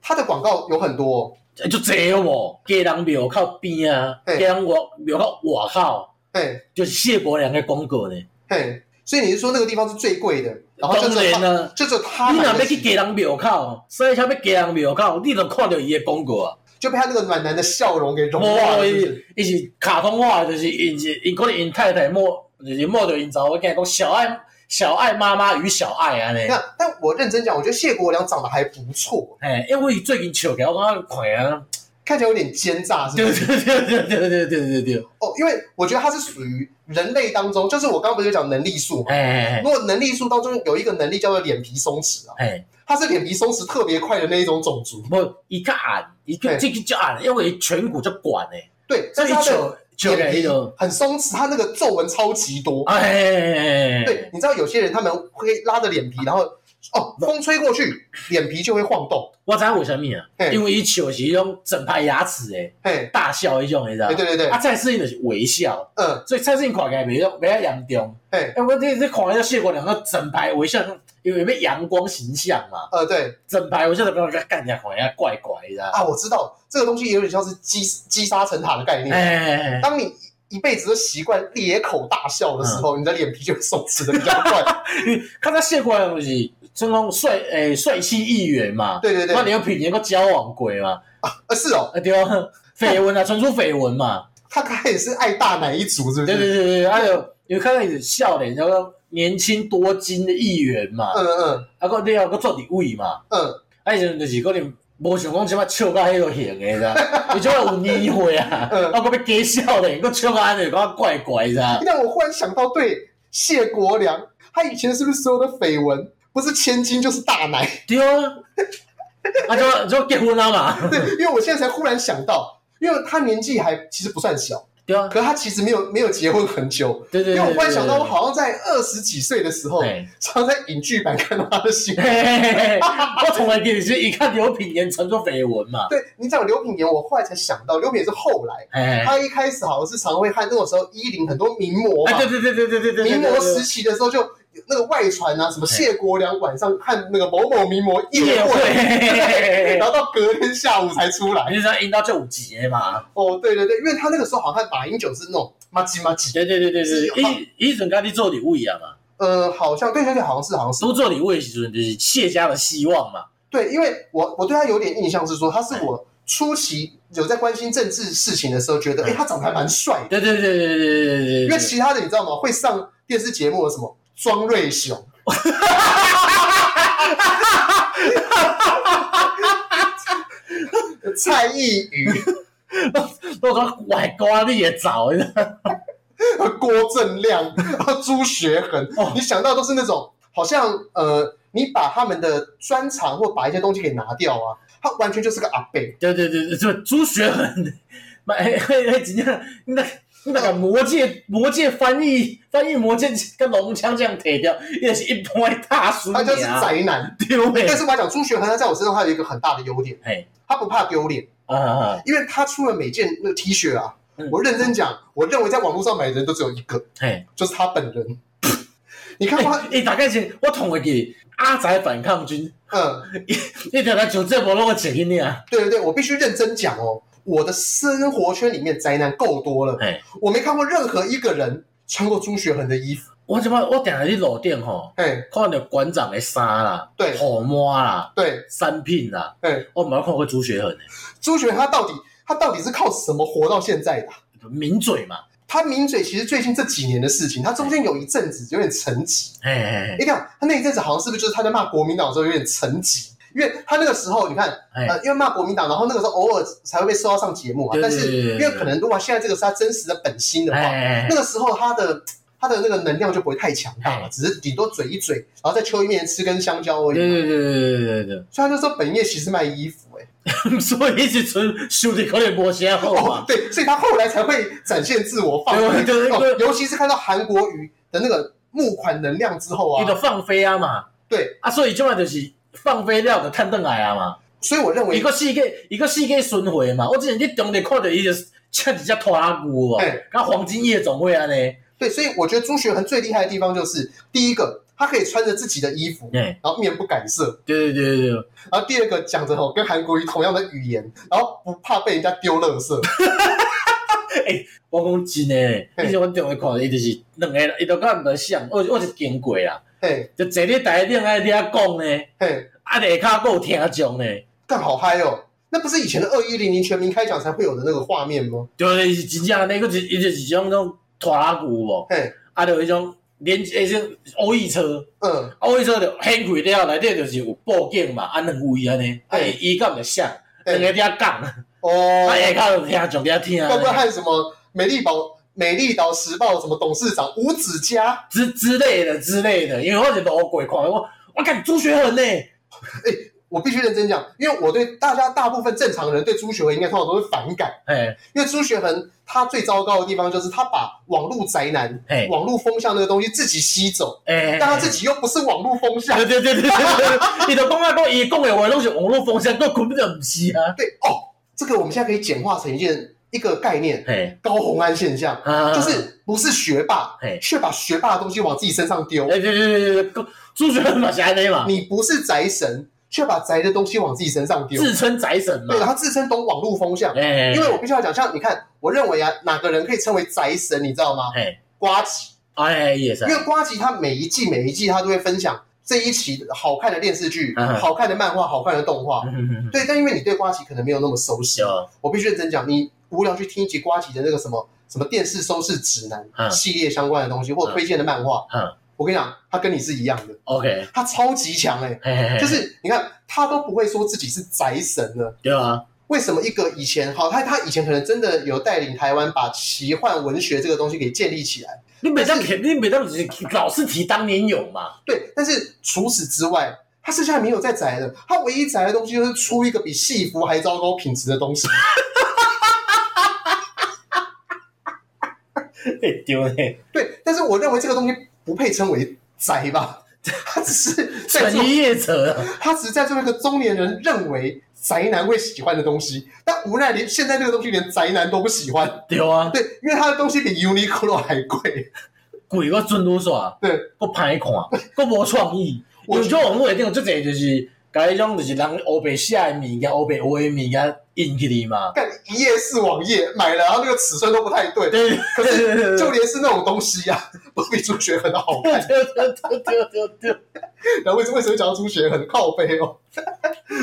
[SPEAKER 1] 他的广告有很多、哦，
[SPEAKER 2] 啊足济有无？家人庙口边啊，家
[SPEAKER 1] 嘿
[SPEAKER 2] 人外庙口外口。
[SPEAKER 1] 嘿
[SPEAKER 2] 就是谢国良的广告呢。
[SPEAKER 1] 嘿，所以你是说那个地方是最贵的，然后就
[SPEAKER 2] 当
[SPEAKER 1] 是
[SPEAKER 2] 然
[SPEAKER 1] 他，
[SPEAKER 2] 啦、
[SPEAKER 1] 就只有他
[SPEAKER 2] 你若
[SPEAKER 1] 买
[SPEAKER 2] 要
[SPEAKER 1] 得
[SPEAKER 2] 去
[SPEAKER 1] 起，
[SPEAKER 2] 家人庙口，所以才要家人庙口，你就看到伊的广告啊。
[SPEAKER 1] 就被他那个暖男的笑容给融化
[SPEAKER 2] 无
[SPEAKER 1] 了，是不
[SPEAKER 2] 伊
[SPEAKER 1] 是？
[SPEAKER 2] 伊是卡通化的，就是因是因可能因太太摸，就是摸到因查某囝讲小爱小爱妈妈与小爱啊安尼。
[SPEAKER 1] 那但我认真讲，我觉得谢国良长得还不错，
[SPEAKER 2] 嘿，因为伊最近笑起来，我感觉看啊，
[SPEAKER 1] 看起来有点奸诈，是
[SPEAKER 2] 对
[SPEAKER 1] 不
[SPEAKER 2] 对
[SPEAKER 1] 是？
[SPEAKER 2] 对对对对对对对，
[SPEAKER 1] 哦，因为我觉得他是属于人类当中，就是我刚刚不是讲能力素嘛？
[SPEAKER 2] 哎
[SPEAKER 1] 如果能力素当中有一个能力叫做脸皮松弛啊，
[SPEAKER 2] 哎，
[SPEAKER 1] 他是脸皮松弛特别快的那一种种族。
[SPEAKER 2] 无伊较暗，伊叫
[SPEAKER 1] 嘿
[SPEAKER 2] 这个较暗，因为伊颧骨较悬诶，
[SPEAKER 1] 对，
[SPEAKER 2] 所
[SPEAKER 1] 但
[SPEAKER 2] 以
[SPEAKER 1] 是
[SPEAKER 2] 他
[SPEAKER 1] 他的
[SPEAKER 2] 笑笑起来伊就
[SPEAKER 1] 很松弛，他那个皱纹超级多。
[SPEAKER 2] 哎哎哎哎哎
[SPEAKER 1] 对，你知道有些人他们会拉着脸皮，然后哦，风吹过去，脸皮就会晃动。
[SPEAKER 2] 我知影为虾米啊
[SPEAKER 1] 嘿？
[SPEAKER 2] 因为伊笑是迄种整排牙齿诶，
[SPEAKER 1] 嘿，哎
[SPEAKER 2] 大笑迄种诶，你知道
[SPEAKER 1] 对？对对对
[SPEAKER 2] 啊，，蔡适应就是微笑，
[SPEAKER 1] 嗯，
[SPEAKER 2] 所以蔡适应看起来袂晓袂晓严重。
[SPEAKER 1] 嘿，
[SPEAKER 2] 哎，我这这看迄个谢国良，那整排微笑，因为被阳光形象嘛，
[SPEAKER 1] 呃，对
[SPEAKER 2] 整排微笑就感觉干起来看起来怪怪的。
[SPEAKER 1] 啊，我知道这个东西有点像是积积沙成塔的概念。
[SPEAKER 2] 哎，
[SPEAKER 1] 当你一辈子都习惯咧口大笑的时
[SPEAKER 2] 嗯
[SPEAKER 1] 候，你的脸皮就会松弛的比较快。
[SPEAKER 2] 看到谢国良就是真种帅诶帅气议员嘛，
[SPEAKER 1] 对对对
[SPEAKER 2] 那，你有品年个交往鬼嘛？
[SPEAKER 1] 呃，是哦，
[SPEAKER 2] 啊对啊， 绯闻啊，传出绯闻嘛。
[SPEAKER 1] 他他也是爱大奶一族，是不
[SPEAKER 2] 对
[SPEAKER 1] 是？
[SPEAKER 2] 对对对，还有有看到你的笑脸，然后年轻多金的议员嘛，
[SPEAKER 1] 嗯嗯
[SPEAKER 2] 啊个你还个做立委嘛，
[SPEAKER 1] 嗯，
[SPEAKER 2] 啊迄阵就是可能无想讲即摆笑到迄落型诶，知道？伊即摆有年岁啊，
[SPEAKER 1] 嗯
[SPEAKER 2] 啊个要假笑咧，个笑到安尼，感觉怪怪知道？
[SPEAKER 1] 让我忽然想到，对谢国良，他以前是不是所有的绯闻不是千金就是大奶？
[SPEAKER 2] 对啊，啊就就结婚啊嘛，
[SPEAKER 1] 对，因为我现在才忽然想到，因为他年纪还其实不算小，
[SPEAKER 2] 对啊，
[SPEAKER 1] 可他其实没有没有结婚很久。
[SPEAKER 2] 对对
[SPEAKER 1] 因
[SPEAKER 2] 对
[SPEAKER 1] 为我忽然想到，我
[SPEAKER 2] 好，
[SPEAKER 1] 好像在二十几岁的时候，
[SPEAKER 2] 对
[SPEAKER 1] 常在影剧版看到他的新闻。
[SPEAKER 2] 嘿嘿嘿嘿我从来给你是一看刘品言传出绯闻嘛，
[SPEAKER 1] 对你讲刘品言，我后来才想到，刘品言是后来，
[SPEAKER 2] 哎，
[SPEAKER 1] 他一开始好像是常会和那种时候衣领很多名模嘛
[SPEAKER 2] 哎，对对对对对对对，
[SPEAKER 1] 民
[SPEAKER 2] 对
[SPEAKER 1] 国时期的时候就那个外传啊，什么谢国良晚上看那个某某名模
[SPEAKER 2] 夜
[SPEAKER 1] 夜
[SPEAKER 2] 会
[SPEAKER 1] 会，
[SPEAKER 2] 对
[SPEAKER 1] 然后到隔天下午才出来。
[SPEAKER 2] 你知道引到这五集的嘛？
[SPEAKER 1] 哦，对对对，因为他那个时候好像和马英九是那种麻吉麻吉，
[SPEAKER 2] 对对对对
[SPEAKER 1] 是
[SPEAKER 2] 对，伊伊阵甲你做礼物一样嘛，
[SPEAKER 1] 呃，好像对对对，好像是好像是
[SPEAKER 2] 都做礼物的时阵就是谢家的希望嘛，
[SPEAKER 1] 对，因为我我对他有点印象是说，他是我初期有在关心政治事情的时候，觉得哎、
[SPEAKER 2] 嗯
[SPEAKER 1] 诶他长得还蛮帅的，
[SPEAKER 2] 对对对对对对对对，
[SPEAKER 1] 因为其他的你知道吗？会上电视节目的什么庄瑞雄。 蔡依瑜、
[SPEAKER 2] 都说外挂你也早，你知道
[SPEAKER 1] 郭正亮、朱学恒，
[SPEAKER 2] 哦
[SPEAKER 1] 你想到都是那种好像呃，你把他们的专长或把一些东西给拿掉啊，他完全就是个阿贝。
[SPEAKER 2] 对对对对，就朱学恒，买嘿嘿嘿，真正那那个魔界魔界翻译翻译魔界跟龙枪这样提掉，也是一般的大叔
[SPEAKER 1] 他就是
[SPEAKER 2] 娘
[SPEAKER 1] 宅男。
[SPEAKER 2] 丢诶
[SPEAKER 1] 但，是我要讲朱学恒，他在我身上他有一个很大的优点，
[SPEAKER 2] 嘿
[SPEAKER 1] 他不怕丢脸，
[SPEAKER 2] 啊啊，
[SPEAKER 1] 因为他出了每件那个 T 恤啊
[SPEAKER 2] 嗯，
[SPEAKER 1] 我认真讲，我认为在网络上买的人都只有一个，
[SPEAKER 2] 嘿，
[SPEAKER 1] 就是他本人。 你看他，
[SPEAKER 2] 诶，大概是我统会记阿宅反抗军，
[SPEAKER 1] 嗯，
[SPEAKER 2] 你条来就这波弄个钱给你啊，
[SPEAKER 1] 对对对，我必须认真讲哦，我的生活圈里面宅男够多了，
[SPEAKER 2] 嘿，
[SPEAKER 1] 我没看过任何一个人穿过朱学恒的衣服。
[SPEAKER 2] 我怎么我定下去路顶吼，
[SPEAKER 1] 哎，
[SPEAKER 2] 看到馆长的衫啦，
[SPEAKER 1] 对
[SPEAKER 2] 号码啦，
[SPEAKER 1] 对，
[SPEAKER 2] 三品啦，
[SPEAKER 1] 哎，
[SPEAKER 2] 我冇看过朱学恒诶，
[SPEAKER 1] 朱学恒他到底他到底是靠什么活到现在的啊？
[SPEAKER 2] 抿嘴嘛，
[SPEAKER 1] 他名嘴其实最近这几年的事情，他中间有一阵子有点沉寂，哎
[SPEAKER 2] 嘿嘿嘿
[SPEAKER 1] 你看他那一阵子好像是不是就是他在骂国民党的时候有点沉寂？因为他那个时候，你看，
[SPEAKER 2] 嘿。
[SPEAKER 1] 呃，因为骂国民党，然后那个时候偶尔才会被收到上节目嘛。
[SPEAKER 2] 哎
[SPEAKER 1] 啊
[SPEAKER 2] 对
[SPEAKER 1] 但
[SPEAKER 2] 对对
[SPEAKER 1] 是，因
[SPEAKER 2] 对对
[SPEAKER 1] 为可能如果现在这个是他真实的本心的话，
[SPEAKER 2] 哎
[SPEAKER 1] 那个时候他的他的那个能量就不会太强大了，
[SPEAKER 2] 哎
[SPEAKER 1] 只是顶多嘴一嘴，然后在秋叶面吃根香蕉而
[SPEAKER 2] 对
[SPEAKER 1] 已。
[SPEAKER 2] 对对对对对
[SPEAKER 1] 所以他就说本业其实卖衣服，哎，
[SPEAKER 2] 对， 所以一直存兄弟可能无啥好
[SPEAKER 1] 哦
[SPEAKER 2] 嘛，。
[SPEAKER 1] 对，所以他后来才会展现自我放飞，
[SPEAKER 2] 对对对对
[SPEAKER 1] 哦尤其是看到韩国瑜的那个募款能量之后
[SPEAKER 2] 伊就
[SPEAKER 1] 啊，
[SPEAKER 2] 放飞啊嘛，
[SPEAKER 1] 对，
[SPEAKER 2] 啊，所以即摆就是放飞了就趁转来啊嘛，
[SPEAKER 1] 所以我认
[SPEAKER 2] 一
[SPEAKER 1] 为，
[SPEAKER 2] 个世界一个世界巡回嘛。我之前去中地看到伊就是赤一只拖拉舞哦
[SPEAKER 1] 哎，
[SPEAKER 2] 甲黄金夜总会安尼，
[SPEAKER 1] 对，所以我觉得朱学恒最厉害的地方就是，第一个，他可以穿着自己的衣服，
[SPEAKER 2] 哎，
[SPEAKER 1] 然后面不改色；
[SPEAKER 2] 对对对对对，
[SPEAKER 1] 然后第二个，讲着哦跟韩国瑜同样的语言，然后不怕被人家丢垃圾。
[SPEAKER 2] 我讲真诶，
[SPEAKER 1] 嘿
[SPEAKER 2] 以前我中地看到伊就是两个，伊就甲毋知想，我我是经过啊，
[SPEAKER 1] 嘿，
[SPEAKER 2] 就坐咧台顶安尼遐讲呢，
[SPEAKER 1] 嘿，
[SPEAKER 2] 啊下骹佫有听众呢，
[SPEAKER 1] 干好嗨哦！那不是以前的二一零零全民开讲才会有的那个画面吗？
[SPEAKER 2] 就是真正安尼，佫是伊就是一种种拖拉舞无。
[SPEAKER 1] 嘿，
[SPEAKER 2] 啊，就迄种连迄种欧意车，
[SPEAKER 1] 嗯，
[SPEAKER 2] 啊，欧意车就掀开了，内底就是有报警嘛，啊，两位安尼，啊，
[SPEAKER 1] 对
[SPEAKER 2] 伊伊敢就响，
[SPEAKER 1] 对
[SPEAKER 2] 两个伫遐讲，啊，
[SPEAKER 1] 哦，
[SPEAKER 2] 下骹就听，从遐听啊
[SPEAKER 1] 要不然
[SPEAKER 2] 安尼
[SPEAKER 1] 和什么美丽岛美丽岛时报什么董事长吴子嘉。
[SPEAKER 2] 之之类的之类的，因为我是路过看，我我看朱学恒呢，
[SPEAKER 1] 我必须认真讲，因为我对大家大部分正常人对朱学恒应该通常都是反感，
[SPEAKER 2] 哎
[SPEAKER 1] 因为朱学恒他最糟糕的地方就是他把网络宅男、
[SPEAKER 2] 哎
[SPEAKER 1] 网络风向那个东西自己吸走，
[SPEAKER 2] 哎，
[SPEAKER 1] 但他自己又不是网络风向
[SPEAKER 2] 对，对对对对对，你就讲啊讲伊讲的话拢是网络风向，我根本就唔是啊。
[SPEAKER 1] 对哦，这个我们现在可以简化成一件一个概念
[SPEAKER 2] 嘿，
[SPEAKER 1] ——高洪安现象，
[SPEAKER 2] 啊，
[SPEAKER 1] 就是不是学霸
[SPEAKER 2] 嘿，
[SPEAKER 1] 却把学霸的东西往自己身上丢；
[SPEAKER 2] 哎对对对对对，朱学恒嘛是安尼嘛，
[SPEAKER 1] 你不是宅神，却把宅的东西往自己身上丢。
[SPEAKER 2] 自称宅神嘛
[SPEAKER 1] 对，，他自称懂网络风向，
[SPEAKER 2] 哎，
[SPEAKER 1] 因为我必须要讲，像你看，我认为啊，哪个人可以称为宅神，你知道吗？
[SPEAKER 2] 哎
[SPEAKER 1] 瓜吉，
[SPEAKER 2] 哎也是
[SPEAKER 1] 因，为瓜吉他每一季每一季他都会分享这一期好看的电视剧、
[SPEAKER 2] 嗯
[SPEAKER 1] 好看的漫画、好看的动画。对，但因为你对瓜吉可能没有那么熟悉，
[SPEAKER 2] 有
[SPEAKER 1] 我必须认真讲，你无聊去听一集瓜吉的那个什么什么电视收视指南、
[SPEAKER 2] 嗯
[SPEAKER 1] 系列相关的东西，或者推荐的漫画，
[SPEAKER 2] 嗯
[SPEAKER 1] 我跟你讲，他跟你是一样的，
[SPEAKER 2] OK，
[SPEAKER 1] 他超级强哎、
[SPEAKER 2] 嘿嘿嘿，
[SPEAKER 1] 就是你看他都不会说自己是宅神了。
[SPEAKER 2] 对啊，
[SPEAKER 1] 为什么一个以前好，他他以前可能真的有带领台湾把奇幻文学这个东西给建立起来，
[SPEAKER 2] 你每当你每当只老是提当年勇嘛，
[SPEAKER 1] 对。但是除此之外，他剩下没有再宅了。他唯一宅的东西就是出一个比戏服还糟糕品质的东西。
[SPEAKER 2] 被丢嘞，
[SPEAKER 1] 对，但是我认为这个东西不配称为宅吧， 他只是在
[SPEAKER 2] 成
[SPEAKER 1] 做，
[SPEAKER 2] 一夜者，
[SPEAKER 1] 他只是在做一个中年人认为宅男会喜欢的东西。但无奈连现在这个东西连宅男都不喜欢，
[SPEAKER 2] 对啊，
[SPEAKER 1] 对，因为他的东西比 Uniqlo 还贵。
[SPEAKER 2] 鬼我准多耍，
[SPEAKER 1] 对，
[SPEAKER 2] 我歹看，我无创意。
[SPEAKER 1] 我
[SPEAKER 2] 有种网络一定有足侪，就是甲迄种就是人黑白写诶物件、黑白画诶物件印起嚟嘛。
[SPEAKER 1] 干一页式网页买了，然后那个尺寸都不太对，
[SPEAKER 2] 对，
[SPEAKER 1] 可是
[SPEAKER 2] 对 对对
[SPEAKER 1] 就连是那种东西呀、都比朱学恒的好看。
[SPEAKER 2] 对对对对对，
[SPEAKER 1] 然后为什么为什么讲到朱学恒靠背 哦？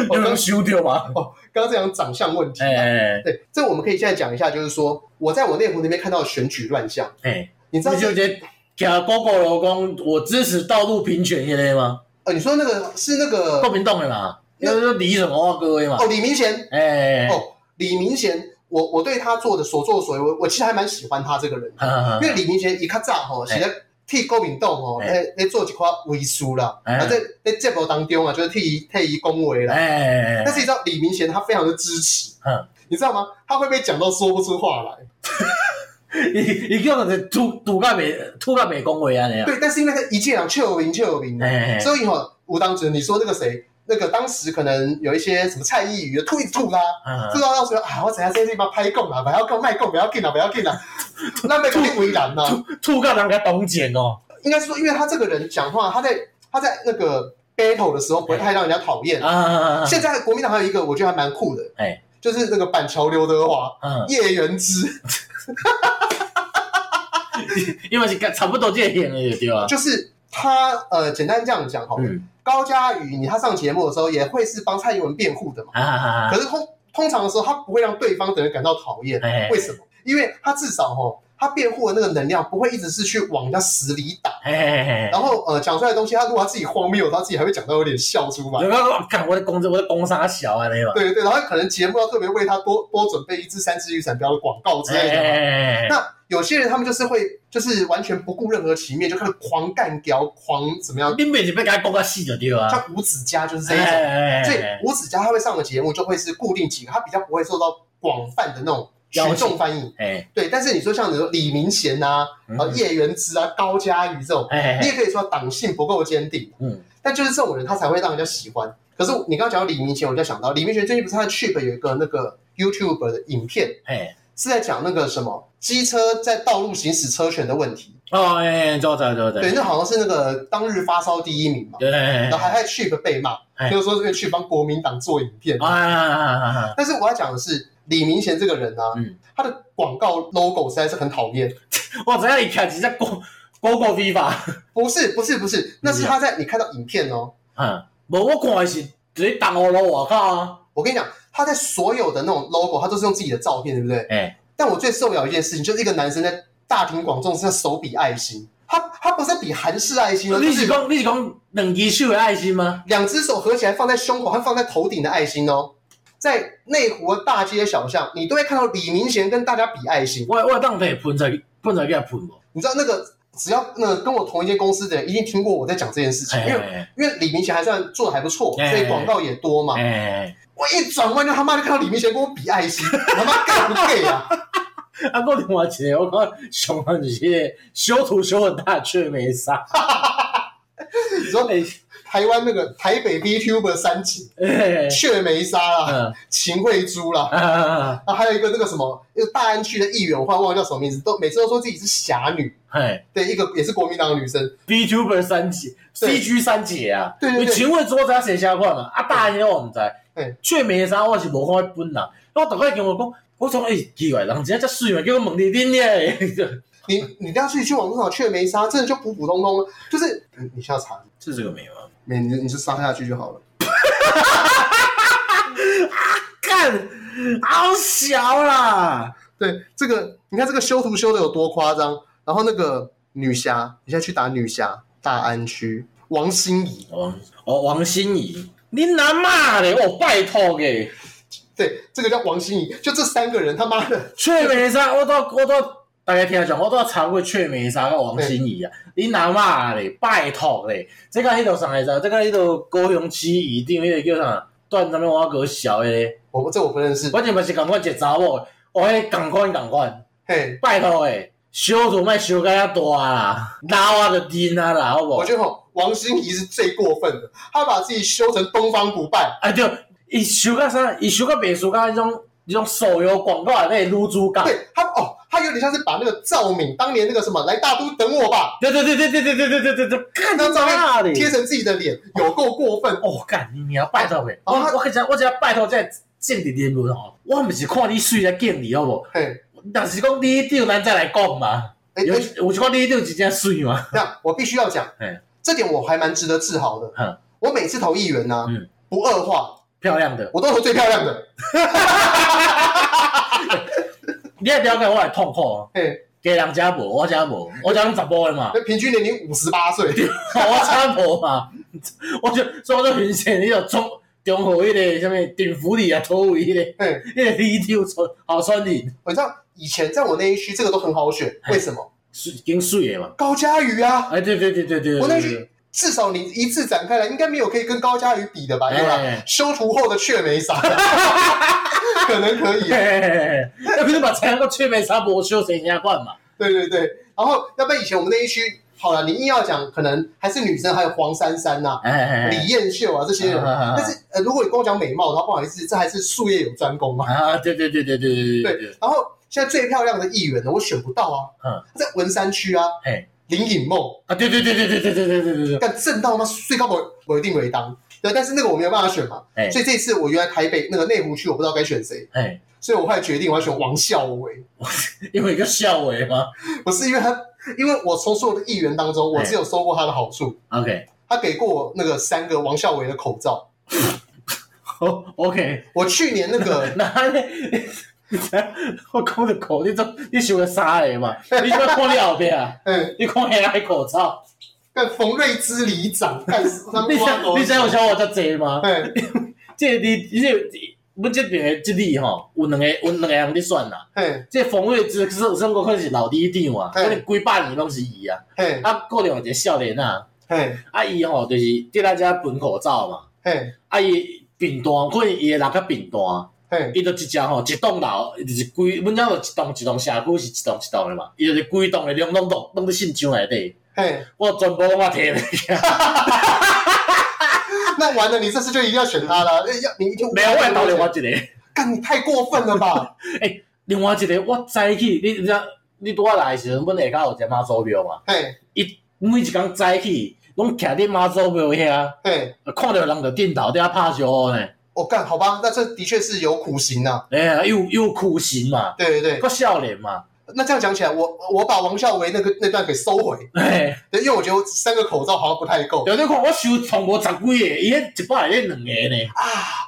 [SPEAKER 1] 我
[SPEAKER 2] 有
[SPEAKER 1] 刚
[SPEAKER 2] 人收 着嘛？
[SPEAKER 1] 刚刚讲长相问题，
[SPEAKER 2] 哎
[SPEAKER 1] 对，这我们可以现在讲一下，就是说我在我内湖那边看到的选举乱象，
[SPEAKER 2] 哎，
[SPEAKER 1] 你知道
[SPEAKER 2] 你就直接行高高楼讲，我支持道路平权迄个吗？
[SPEAKER 1] 呃，你说那个是那
[SPEAKER 2] 国
[SPEAKER 1] 个
[SPEAKER 2] 民党诶嘛，那个李什么哥诶嘛？
[SPEAKER 1] 哦，李明贤
[SPEAKER 2] 哎，
[SPEAKER 1] 哦，李明贤，我我对他做的所作所为，我我其实还蛮喜欢他这个人，因为李明贤一较早吼，是咧替郭敏栋吼，
[SPEAKER 2] 嗯哎
[SPEAKER 1] 咧咧做一块维书啦，
[SPEAKER 2] 哎
[SPEAKER 1] 啊在在节目当中啊，就是替伊替伊恭维啦，
[SPEAKER 2] 哎，
[SPEAKER 1] 但是你知道李明贤他非常的支持，
[SPEAKER 2] 嗯
[SPEAKER 1] 你知道吗？他会被讲到说不出话来。
[SPEAKER 2] 伊伊叫人吐吐甲袂吐甲袂讲话安尼啊？
[SPEAKER 1] 对，但是因为他一届两确有名，确有名的，
[SPEAKER 2] 哎，
[SPEAKER 1] 所以哈，吴当时你说那个谁，那个当时可能有一些什么蔡依宇的吐一吐啦，
[SPEAKER 2] 嗯
[SPEAKER 1] 吐到到时候啊，我怎样在这地方拍供啊啦，不要供卖供，不要啊进啦，不要进啦， 那被肯定为难呐、
[SPEAKER 2] 吐吐甲人家冻结哦。
[SPEAKER 1] 应该是说，因为他这个人讲话，他在他在那个 battle 的时候不会太让人家讨厌。
[SPEAKER 2] 啊，
[SPEAKER 1] 现在国民党还有一个我觉得还蛮酷的，
[SPEAKER 2] 哎
[SPEAKER 1] 就是那个板桥刘德华、
[SPEAKER 2] 嗯，
[SPEAKER 1] 叶元之。
[SPEAKER 2] 因为是差不多这个型的就对啊。
[SPEAKER 1] 就是他呃，简单这样讲哈，
[SPEAKER 2] 嗯，
[SPEAKER 1] 高嘉瑜你他上节目的时候也会是帮蔡英文辩护的嘛，
[SPEAKER 2] 啊啊啊
[SPEAKER 1] 可！是通通常的时候他不会让对方的人感到讨厌，
[SPEAKER 2] 哎
[SPEAKER 1] 为什么？因为他至少哈，他辩护的那个能量不会一直是去往人家死里打，
[SPEAKER 2] 哎，
[SPEAKER 1] 然后呃讲出来的东西，他如果他自己荒谬，他自己还会讲到有点笑出来。
[SPEAKER 2] 有个我看我的工作，我的工商小啊，那嘛。
[SPEAKER 1] 对对，然后可能节目要特别为他多多准备一支三支雨伞标的广告之类的嘛。
[SPEAKER 2] 哎，
[SPEAKER 1] 那有些人他们就是会，就是完全不顾任何情面，就开始狂干掉、狂怎么样，
[SPEAKER 2] 你每次被他讲到死就对啊。
[SPEAKER 1] 像吴子嘉就是这一种。
[SPEAKER 2] 嗯哎，
[SPEAKER 1] 所以吴子嘉他会上的节目就会是固定几个，他比较不会受到广泛的那种群众翻译。
[SPEAKER 2] 哎
[SPEAKER 1] 对，但是你说像你说李明贤啊，然后叶元之啊、高嘉瑜这种，你
[SPEAKER 2] 哎
[SPEAKER 1] 也可以说党性不够坚定，
[SPEAKER 2] 嗯，
[SPEAKER 1] 但就是这种人他才会让人家喜欢。可是你刚刚讲到李明贤，我就想到李明贤最近不是他的 Chip 有一个那个 YouTube 的影片，
[SPEAKER 2] 哎，
[SPEAKER 1] 是在讲那个什么机车在道路行驶车权的问题。
[SPEAKER 2] 哦哎，走走走走。
[SPEAKER 1] 对，那好像是那个当日发烧第一名嘛，
[SPEAKER 2] 对，
[SPEAKER 1] 然后还害 Chip 被骂，
[SPEAKER 2] 哎
[SPEAKER 1] 就是说这个 Chip 帮国民党做影片。
[SPEAKER 2] 啊，
[SPEAKER 1] 但是我要讲的是，李明贤这个人呢、啊，
[SPEAKER 2] 嗯
[SPEAKER 1] 他的广告 logo 实在是很讨厌。
[SPEAKER 2] 我只要一看，直接高高高飞吧。
[SPEAKER 1] 不是，不是，不是，那是他在你看到影片哦。
[SPEAKER 2] 嗯，无我看的是直接当我老外靠啊。
[SPEAKER 1] 我跟你讲，他在所有的那种 logo，他都是用自己的照片，对不对？
[SPEAKER 2] 哎
[SPEAKER 1] 但我最受不了一件事情，就是一个男生在大庭广众之下手比爱心，他他不是比韩式爱心哦，
[SPEAKER 2] 你
[SPEAKER 1] 就是是
[SPEAKER 2] 讲你是讲两只手的爱心吗？
[SPEAKER 1] 两只手合起来放在胸口和放在头顶的爱心哦。在内湖的大街小巷，你都会看到李明贤跟大家比爱心。
[SPEAKER 2] 我我当地喷出去，喷出去给他喷无。
[SPEAKER 1] 你知道那个只要那跟我同一间公司的人，一定听过我在讲这件事情，因为
[SPEAKER 2] 哎
[SPEAKER 1] 因为李明贤还算做的还不错，
[SPEAKER 2] 哎
[SPEAKER 1] 所以广告也多嘛。
[SPEAKER 2] 哎，
[SPEAKER 1] 我一转弯就他妈就看到李明贤跟我比爱心，他妈 gay 不 gay 啊？
[SPEAKER 2] 啊，我另外一个，我看上完就是那个修图修很大却没 啥，
[SPEAKER 1] 你说
[SPEAKER 2] 哎
[SPEAKER 1] 台湾那个台北 VTuber 三姐
[SPEAKER 2] 哎，
[SPEAKER 1] 雀梅莎啦，
[SPEAKER 2] 嗯
[SPEAKER 1] 秦惠珠啦，
[SPEAKER 2] 啊，
[SPEAKER 1] 啊，还有一个那个什么，一个大安区的议员，我忽然忘了叫什么名字，都每次都说自己是侠女，
[SPEAKER 2] 哎
[SPEAKER 1] 对，一个也是国民党的女生，
[SPEAKER 2] ，VTuber 三姐
[SPEAKER 1] 对
[SPEAKER 2] ，CG 三姐啊，
[SPEAKER 1] 对对对
[SPEAKER 2] 请问做啥写啥款嘛？啊，大爷我唔知
[SPEAKER 1] 对，
[SPEAKER 2] 却没啥，我是无看伊本人，我大概跟我讲，我讲哎奇怪，人家遮水嘛，叫我问你恁 耶，
[SPEAKER 1] 你你要去去网络上雀梅莎，真的就普普通通，就是你你下查，
[SPEAKER 2] 是这个没有啊？
[SPEAKER 1] 没你你就杀下去就好了。
[SPEAKER 2] 干，好小啦，
[SPEAKER 1] 对，这个你看这个修图修的有多夸张，然后那个女侠，你现在去打女侠，大安区王心怡，
[SPEAKER 2] 王哦王心怡，你哪骂嘞？我哦拜托诶。
[SPEAKER 1] 对，这个叫王心怡，就这三个人他妈的，
[SPEAKER 2] 雀梅莎，我都我都大家听讲，我都查过雀梅莎跟王心怡啊。你哪嘛咧？拜托咧！这个迄条上海啥？这个迄条高雄市一定迄个叫啥？段什么我哥小诶，
[SPEAKER 1] 我这我不认识，
[SPEAKER 2] 我就嘛是共款一个查某的，我迄共款共款，
[SPEAKER 1] 嘿，
[SPEAKER 2] 拜托诶，小图莫小甲遐大啦，老啊就癫啊啦，好无
[SPEAKER 1] 我？觉得吼王心怡是最过分的，她把自己修成东方不败，
[SPEAKER 2] 啊对，伊小甲啥？伊小甲白小甲迄种迄种手游广告内底女主角。
[SPEAKER 1] 对他哦，他有点像是把那个赵敏当年那个什么来大都等我吧，
[SPEAKER 2] 对对对对对对对对对对，干
[SPEAKER 1] 那
[SPEAKER 2] 到
[SPEAKER 1] 照
[SPEAKER 2] 哪
[SPEAKER 1] 片？
[SPEAKER 2] 里
[SPEAKER 1] 贴成自己的脸，有够过分。
[SPEAKER 2] 哦，干你娘拜托呗！我
[SPEAKER 1] 哦他
[SPEAKER 2] 我跟你讲，我只拜托这政治人物哦，我毋是看你水来见你好无？
[SPEAKER 1] 嘿，
[SPEAKER 2] 但是讲你长咱再来讲嘛。
[SPEAKER 1] 哎、
[SPEAKER 2] 有
[SPEAKER 1] 哎，
[SPEAKER 2] 有一款你长真正水嘛？
[SPEAKER 1] 这样我必须要讲
[SPEAKER 2] 哎，
[SPEAKER 1] 这点我还蛮值得自豪的。
[SPEAKER 2] 嗯
[SPEAKER 1] 我每次投议员呢、啊
[SPEAKER 2] 嗯
[SPEAKER 1] 不恶化，
[SPEAKER 2] 漂亮的，
[SPEAKER 1] 我都投最漂亮的。
[SPEAKER 2] 你也了解我的痛苦哦。
[SPEAKER 1] 嘿，
[SPEAKER 2] 家人家无，我家无，我家拢十甫的嘛，
[SPEAKER 1] 那平均年龄五十八岁，
[SPEAKER 2] 我家无嘛。我就所以我就很显你就中中和迄个什么顶福里啊，土尾迄个
[SPEAKER 1] 嘿，
[SPEAKER 2] 迄个李丢村好村里，
[SPEAKER 1] 我知道以前在我那一区这个都很好选，为什么？
[SPEAKER 2] 水已经水的嘛。
[SPEAKER 1] 高佳瑜啊，
[SPEAKER 2] 哎，对对对对对，对
[SPEAKER 1] 我那一
[SPEAKER 2] 对
[SPEAKER 1] 区至少你一字展开来，应该没有可以跟高佳瑜比的吧？有
[SPEAKER 2] 哎哎
[SPEAKER 1] 啦
[SPEAKER 2] 哎，
[SPEAKER 1] 修图后的雀眉 傻，可能可以啊。
[SPEAKER 2] 要不是把前个雀梅沙博修成家冠嘛？
[SPEAKER 1] 对对对，然后要不然以前我们那一区，好了，你硬要讲，可能还是女生，还有黄珊珊呐、
[SPEAKER 2] 哎哎
[SPEAKER 1] 李艳秀啊这些 人。
[SPEAKER 2] 啊
[SPEAKER 1] 但是呃，如果你跟我讲美貌的话，不好意思，这还是术业有专攻嘛。
[SPEAKER 2] 啊，对对对对对对对，
[SPEAKER 1] 然后现在最漂亮的议员呢，我选不到啊，
[SPEAKER 2] 嗯哎
[SPEAKER 1] 在文山区啊
[SPEAKER 2] 嘿，
[SPEAKER 1] 林颖梦，
[SPEAKER 2] 啊对对对对对对对对对对对，
[SPEAKER 1] 但正到吗？最高我我一定为当。对，但是那个我没有办法选嘛，
[SPEAKER 2] 哎
[SPEAKER 1] 所以这次我原来台北那个内湖区，我不知道该选谁，
[SPEAKER 2] 哎，
[SPEAKER 1] 所以我后来决定我要选王孝伟，
[SPEAKER 2] 因为一个笑尾嘛
[SPEAKER 1] 不是因为他，因为我从所有的议员当
[SPEAKER 2] 哎
[SPEAKER 1] 中，我只有收过他的好处，
[SPEAKER 2] ，OK，
[SPEAKER 1] 他给过我那个三个王孝伟的口罩。
[SPEAKER 2] 好 OK，
[SPEAKER 1] 我去年那 个，
[SPEAKER 2] 那呢？我讲的口，你都你想个啥个嘛？你不要看你后边啊，
[SPEAKER 1] 嗯，
[SPEAKER 2] 你看黑黑口罩，
[SPEAKER 1] 跟冯瑞之里长 干死他
[SPEAKER 2] 你
[SPEAKER 1] 们
[SPEAKER 2] 想你想有想我遮济吗？
[SPEAKER 1] 哎
[SPEAKER 2] 这你这阮这边的这里吼，有两个有两个人咧选啦。
[SPEAKER 1] 哎
[SPEAKER 2] 这冯瑞之是算讲可是老里长啊，
[SPEAKER 1] 嘿
[SPEAKER 2] 可能几百年拢是伊啊。
[SPEAKER 1] 哎
[SPEAKER 2] 啊，过另外一个少年啊，
[SPEAKER 1] 哎
[SPEAKER 2] 啊伊吼就是伫咱遮分口罩嘛，
[SPEAKER 1] 哎
[SPEAKER 2] 啊伊贫单，可能伊个人较贫单，
[SPEAKER 1] 哎，
[SPEAKER 2] 伊就一家吼一栋楼，就是规，阮遮就一栋一栋社区是一栋一栋的嘛，伊就是规栋的拢拢拢拢伫信箱内底，
[SPEAKER 1] 嘿，
[SPEAKER 2] 我全部拢我摕来。
[SPEAKER 1] 那完了，你这次就一定要选他了，哎要你一定
[SPEAKER 2] 没有，我会投另外一个，
[SPEAKER 1] 干你太过分了吧？
[SPEAKER 2] 另外一个我早起你你知道你拄我来的时阵，阮下骹有一个妈祖庙嘛，
[SPEAKER 1] 嘿
[SPEAKER 2] 每一工早起拢徛伫妈祖庙遐。
[SPEAKER 1] 嘿，
[SPEAKER 2] 看到人就颠倒，对啊，拍烧呢。
[SPEAKER 1] 我干好吧，那这的确是有苦行呐。
[SPEAKER 2] 哎呀，又又酷刑嘛，
[SPEAKER 1] 对对对，
[SPEAKER 2] 个笑脸嘛，
[SPEAKER 1] 那这样讲起来，我我把王孝维那个那段给收回，
[SPEAKER 2] 哎，
[SPEAKER 1] 对，因为我觉得三个口罩好像不太够
[SPEAKER 2] 有你看我收从无十几个，伊迄一百内两个呢，
[SPEAKER 1] 啊。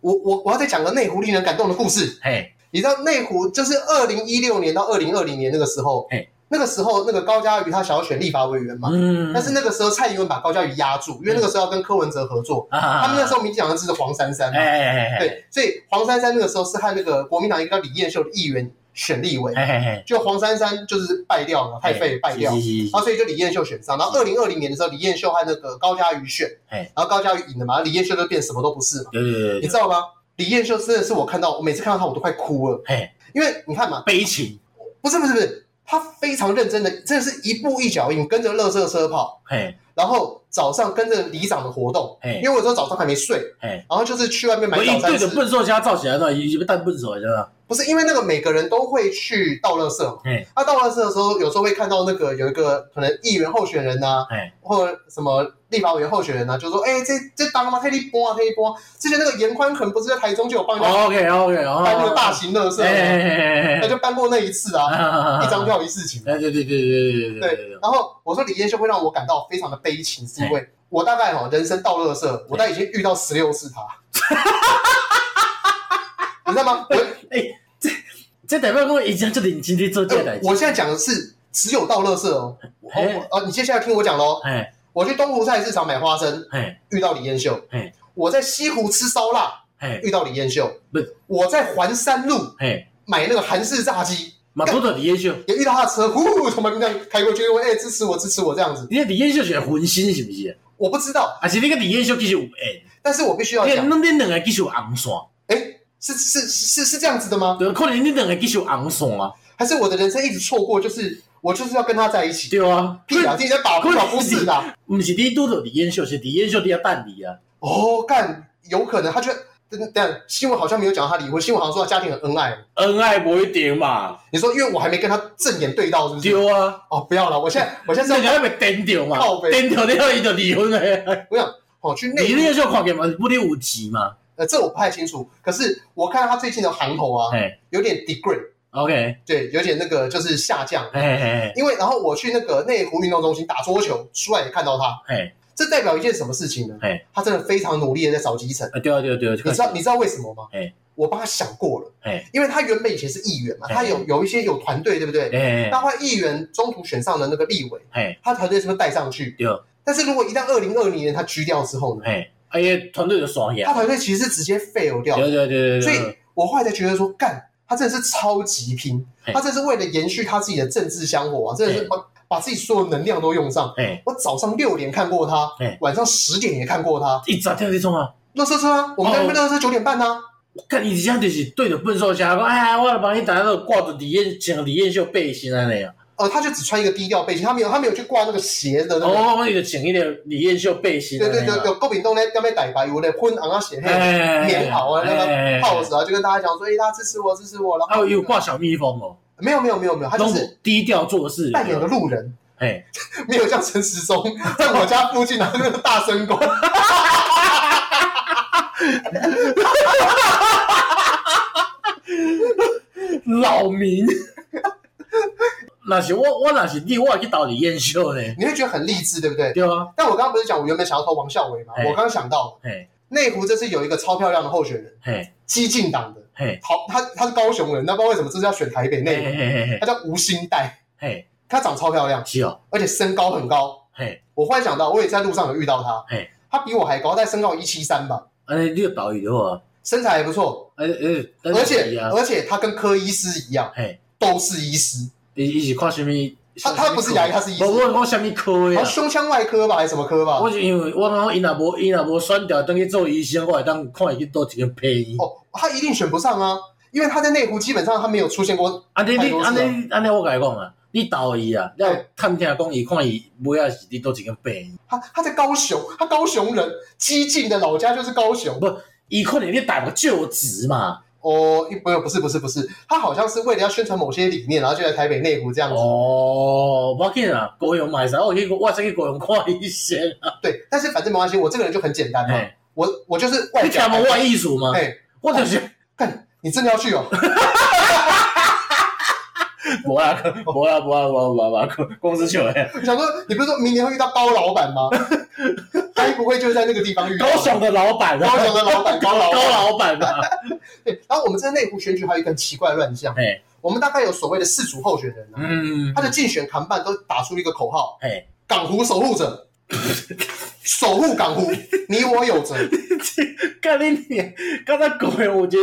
[SPEAKER 1] 我我我要再讲个内湖令人感动的故事。
[SPEAKER 2] 嘿，
[SPEAKER 1] 你知道内湖就是二零一六年到二零二零年那个时候，
[SPEAKER 2] 嘿
[SPEAKER 1] 那个时候那个高嘉瑜他想要选立法委员嘛，
[SPEAKER 2] 哎嗯，
[SPEAKER 1] 但是那个时候蔡英文把高嘉瑜压住，因为那个时候要跟柯文哲合作，
[SPEAKER 2] 啊
[SPEAKER 1] 他们那时候民进党支持黄珊珊
[SPEAKER 2] 哎
[SPEAKER 1] 嘛，
[SPEAKER 2] 哎哎哎，
[SPEAKER 1] 对，所以黄珊珊那个时候是和那个国民党一个叫李彦秀的议员选立委，
[SPEAKER 2] 哎嘿嘿嘿，
[SPEAKER 1] 就黄珊珊就是败掉了，太废败掉，啊
[SPEAKER 2] 是
[SPEAKER 1] 然
[SPEAKER 2] 是是是
[SPEAKER 1] 后哦所以就李彦秀选上，然后二零二零年的时候，李彦秀和那个高嘉瑜选，
[SPEAKER 2] 嘿
[SPEAKER 1] 然后高嘉瑜赢了嘛，李彦秀就变什么都不是嘛，
[SPEAKER 2] 有有有
[SPEAKER 1] 你
[SPEAKER 2] 有，
[SPEAKER 1] 知道吗？李彦秀真的是我看到，我每次看到他我都快哭了，
[SPEAKER 2] 嘿，
[SPEAKER 1] 因为你看嘛，
[SPEAKER 2] 悲情，
[SPEAKER 1] 不是不是不是，他非常认真的，真的是一步一脚印，跟着乐色车跑，
[SPEAKER 2] 嘿
[SPEAKER 1] 然后早上跟着里长的活动，
[SPEAKER 2] 嘿
[SPEAKER 1] 因为我说早上还没睡，
[SPEAKER 2] 嘿，
[SPEAKER 1] 然后就是去外面买
[SPEAKER 2] 我
[SPEAKER 1] 早
[SPEAKER 2] 一对
[SPEAKER 1] 餐
[SPEAKER 2] 着
[SPEAKER 1] 吃，
[SPEAKER 2] 笨手家造起来的，一一个蛋笨手，真的，
[SPEAKER 1] 不是因为那个每个人都会去倒垃圾嘛，
[SPEAKER 2] 嘿
[SPEAKER 1] 他倒垃圾的时候，有时候会看到那个有一个可能议员候选人呐、
[SPEAKER 2] 嘿
[SPEAKER 1] 或者什么立法委员候选人呐、就说哎、这这当吗？可以播啊，可以播、啊。之前那个严宽可能不是在台中就有帮人家
[SPEAKER 2] ，OK OK，哦，哎
[SPEAKER 1] 搬那个大，型垃圾
[SPEAKER 2] 嘿
[SPEAKER 1] 吗，
[SPEAKER 2] 嘿嘿
[SPEAKER 1] 他
[SPEAKER 2] 嘿
[SPEAKER 1] 就搬过那一次啊，
[SPEAKER 2] 嘿，
[SPEAKER 1] 一张，票一事情。
[SPEAKER 2] 哎对对对对对对，哎
[SPEAKER 1] 然后我说李彦秀会让我感到非常的悲情，是因为我大概哦人生到垃圾，我大概已经遇到十六次他， 你知道 吗？我
[SPEAKER 2] 这代表我以前就认真地做这代
[SPEAKER 1] 呃
[SPEAKER 2] 志，
[SPEAKER 1] 我现在讲的是只有到垃圾哦。我
[SPEAKER 2] 嘿
[SPEAKER 1] 我呃，你接下来听我讲喽。
[SPEAKER 2] 嘿
[SPEAKER 1] 我去东湖菜市场买花生，
[SPEAKER 2] 哎嘿
[SPEAKER 1] 遇到李彦秀
[SPEAKER 2] 嘿；
[SPEAKER 1] 我在西湖吃烧腊，
[SPEAKER 2] 嘿
[SPEAKER 1] 遇到李彦秀
[SPEAKER 2] 不是；
[SPEAKER 1] 我在环山路
[SPEAKER 2] 嘿，
[SPEAKER 1] 买那个韩式炸鸡，
[SPEAKER 2] 嘛拄着李彦秀，
[SPEAKER 1] 也遇到他的车，呼从旁边这样开过去，问：“哎、支持我，支持我！”这样子，
[SPEAKER 2] 你的李彦秀是荤心是不是？
[SPEAKER 1] 我不知道，
[SPEAKER 2] 还是你个李彦秀其实有缘，
[SPEAKER 1] 但是我必须要
[SPEAKER 2] 你
[SPEAKER 1] 讲，
[SPEAKER 2] 恁恁两个其实有红线，
[SPEAKER 1] 哎、是是是是是这样子的吗？
[SPEAKER 2] 对，可能恁两个其实有红线啊，
[SPEAKER 1] 还是我的人生一直错过，就是我就是要跟他在一起？
[SPEAKER 2] 对啊，
[SPEAKER 1] 屁啊！你在打不不是啦。
[SPEAKER 2] 毋是你拄着李彦秀，是李彦秀伫遐等你啊。
[SPEAKER 1] 哦，干，有可能他觉得。等等下，新闻好像没有讲他离婚，新闻好像说他家庭很恩爱。
[SPEAKER 2] 恩爱不一定嘛，
[SPEAKER 1] 你说，因为我还没跟他正眼对到，是不是？
[SPEAKER 2] 对啊，
[SPEAKER 1] 哦，不要了，我现在我现在
[SPEAKER 2] 这
[SPEAKER 1] 是要
[SPEAKER 2] 个还袂颠掉嘛
[SPEAKER 1] 靠，北
[SPEAKER 2] 颠掉了伊就离婚了。
[SPEAKER 1] 哦去内
[SPEAKER 2] 李
[SPEAKER 1] 地，
[SPEAKER 2] 彦秀看见嘛，不离有钱嘛，
[SPEAKER 1] 呃，这我不太清楚。可是我看到他最近的行头啊，
[SPEAKER 2] 嘿
[SPEAKER 1] 有点 degrade，
[SPEAKER 2] ，OK，
[SPEAKER 1] 对，有点那个就是下降。
[SPEAKER 2] 嘿嘿嘿
[SPEAKER 1] 因为然后我去那个内湖运动中心打桌球，出来也看到他，
[SPEAKER 2] 嘿，
[SPEAKER 1] 这代表一件什么事情呢
[SPEAKER 2] 嘿？
[SPEAKER 1] 他真的非常努力的在扫基层。
[SPEAKER 2] 啊对啊对啊对啊，
[SPEAKER 1] 你知道你知道为什么吗
[SPEAKER 2] 哎？
[SPEAKER 1] 我帮他想过了
[SPEAKER 2] 哎，
[SPEAKER 1] 因为他原本以前是议员嘛，
[SPEAKER 2] 哎
[SPEAKER 1] 他有有一些有团队，对不对？
[SPEAKER 2] 哎
[SPEAKER 1] 那后来议员中途选上的那个立委，
[SPEAKER 2] 嘿
[SPEAKER 1] 他团队是不是带上去？
[SPEAKER 2] 对
[SPEAKER 1] 但是如果一旦二零二零年他居掉之后呢，
[SPEAKER 2] 嘿，啊伊团队就散去
[SPEAKER 1] 他
[SPEAKER 2] 啊，
[SPEAKER 1] 团队其实是直接 fail 掉
[SPEAKER 2] 对
[SPEAKER 1] 的。
[SPEAKER 2] 对对对
[SPEAKER 1] 所以
[SPEAKER 2] 对，
[SPEAKER 1] 我后来才觉得说，干，他真的是超级拼，
[SPEAKER 2] 嘿
[SPEAKER 1] 他真的是为了延续他自己的政治香火啊，真的是
[SPEAKER 2] 嘿
[SPEAKER 1] 把把自己所有能量都用上。
[SPEAKER 2] 嘿，
[SPEAKER 1] 我早上六点看过他
[SPEAKER 2] 嘿，
[SPEAKER 1] 晚上十点也看过他。
[SPEAKER 2] 伊昨天你创啊？
[SPEAKER 1] 乐色车啊，我们
[SPEAKER 2] 哦
[SPEAKER 1] 在那边乐色九点半呢、啊。
[SPEAKER 2] 我看伊这样就是对着笨手侠讲，哎呀，我来帮你打那个挂着李彦穿李彦秀背心安尼啊，
[SPEAKER 1] 呃，他就只穿一个低调背心，他没有他没有去挂那个鞋的那个。
[SPEAKER 2] 哦，伊就穿迄个李彦秀背心
[SPEAKER 1] 对
[SPEAKER 2] 安
[SPEAKER 1] 对
[SPEAKER 2] 尼
[SPEAKER 1] 对，
[SPEAKER 2] 啊，
[SPEAKER 1] 有郭炳东在那边逮白，有的昏昂啊写黑
[SPEAKER 2] 哎，
[SPEAKER 1] 棉袄啊，那个
[SPEAKER 2] 泡
[SPEAKER 1] pose 啊，就跟大家讲说，哎，大家支持我，支持我。然
[SPEAKER 2] 啊，
[SPEAKER 1] 后
[SPEAKER 2] 有挂小蜜蜂哦，
[SPEAKER 1] 没有没有没有没有，他就
[SPEAKER 2] 拢
[SPEAKER 1] 是
[SPEAKER 2] 低调做事，
[SPEAKER 1] 扮演个路人，
[SPEAKER 2] 哎，
[SPEAKER 1] 没有像陈时中在我家附近拿那个大声公。
[SPEAKER 2] 扰民。那是我，我那是你，我也去投李彦秀呢，
[SPEAKER 1] 你会觉得很励志，对不对？
[SPEAKER 2] 对啊，
[SPEAKER 1] 但我刚刚不是讲我原本想要投王孝伟嘛？
[SPEAKER 2] 哎
[SPEAKER 1] 我刚刚想到
[SPEAKER 2] 嘿，
[SPEAKER 1] 内湖这次有一个超漂亮的候选人，
[SPEAKER 2] 嘿，
[SPEAKER 1] 激进党的，
[SPEAKER 2] 嘿，
[SPEAKER 1] 好，他他是高雄人，那不知道为什么这次要选台北
[SPEAKER 2] 嘿，
[SPEAKER 1] 内湖，
[SPEAKER 2] 嘿，嘿，
[SPEAKER 1] 他叫吴兴代，
[SPEAKER 2] 嘿，
[SPEAKER 1] 他长超漂亮，
[SPEAKER 2] 是哦，
[SPEAKER 1] 而且身高很高。
[SPEAKER 2] 嘿，
[SPEAKER 1] 我忽然想到，我也在路上有遇到他
[SPEAKER 2] 哎，
[SPEAKER 1] 他比我还高，他身高一七三吧，
[SPEAKER 2] 安尼你就投伊就好啊，
[SPEAKER 1] 身材也不错，
[SPEAKER 2] 而而
[SPEAKER 1] 而且而且他跟柯医师一样，
[SPEAKER 2] 嘿，
[SPEAKER 1] 都是医师，
[SPEAKER 2] 伊伊是看什么？
[SPEAKER 1] 他他不是牙医，他是医师，
[SPEAKER 2] 我
[SPEAKER 1] 好
[SPEAKER 2] 我我什么科呀
[SPEAKER 1] 像？胸腔外科吧，还是什么科吧？
[SPEAKER 2] 啊我是因为我感觉伊若无伊若无选掉，等去做医生，我会当看伊去倒一间便宜。
[SPEAKER 1] 哦，他一定选不上啊，因为他在内湖基本上他没有出现过。
[SPEAKER 2] 安尼
[SPEAKER 1] 太
[SPEAKER 2] 你
[SPEAKER 1] 多
[SPEAKER 2] 安
[SPEAKER 1] 次了
[SPEAKER 2] 尼安尼，我甲你讲啊，你投伊啊，了
[SPEAKER 1] 嘿
[SPEAKER 2] 探听讲伊看伊尾仔是伫倒一间病院，
[SPEAKER 1] 他他在高雄，他高雄人，激进的老家就是高雄。
[SPEAKER 2] 伊可能你大个就职嘛。
[SPEAKER 1] 哦，一没有，不是不是不是，他好像是为了要宣传某些理念，然后就来台北内湖这样子。
[SPEAKER 2] 哦，无要紧啊，高雄买啥？我去我先去高雄看医生 啊。
[SPEAKER 1] 对，但是反正没关系，我这个人就很简单嘛，
[SPEAKER 2] 嘿
[SPEAKER 1] 我我就是外
[SPEAKER 2] 你听
[SPEAKER 1] 表。
[SPEAKER 2] 无我的意思吗？
[SPEAKER 1] 哎，
[SPEAKER 2] 我就是
[SPEAKER 1] 干，你真的要去哦？
[SPEAKER 2] 无啦，无啦，无啦，啊无啦，无啦，公公司笑诶。
[SPEAKER 1] 我想说，你不是说明年会遇到高老板吗？该不会就是在那个地方遇到？
[SPEAKER 2] 高雄的老板啊，
[SPEAKER 1] 高雄的老板高老板
[SPEAKER 2] 高老板啊嘛。
[SPEAKER 1] 对，然后我们在内湖选举还有一个很奇怪的乱象，
[SPEAKER 2] 嘿，
[SPEAKER 1] 我们大概有所谓的四组候选人啊，
[SPEAKER 2] 嗯
[SPEAKER 1] 他，的竞选扛办都打出一个口号：
[SPEAKER 2] 嘿，
[SPEAKER 1] 港湖守护 者，守护港湖，你我有责。
[SPEAKER 2] 干你你，刚才高雄有一个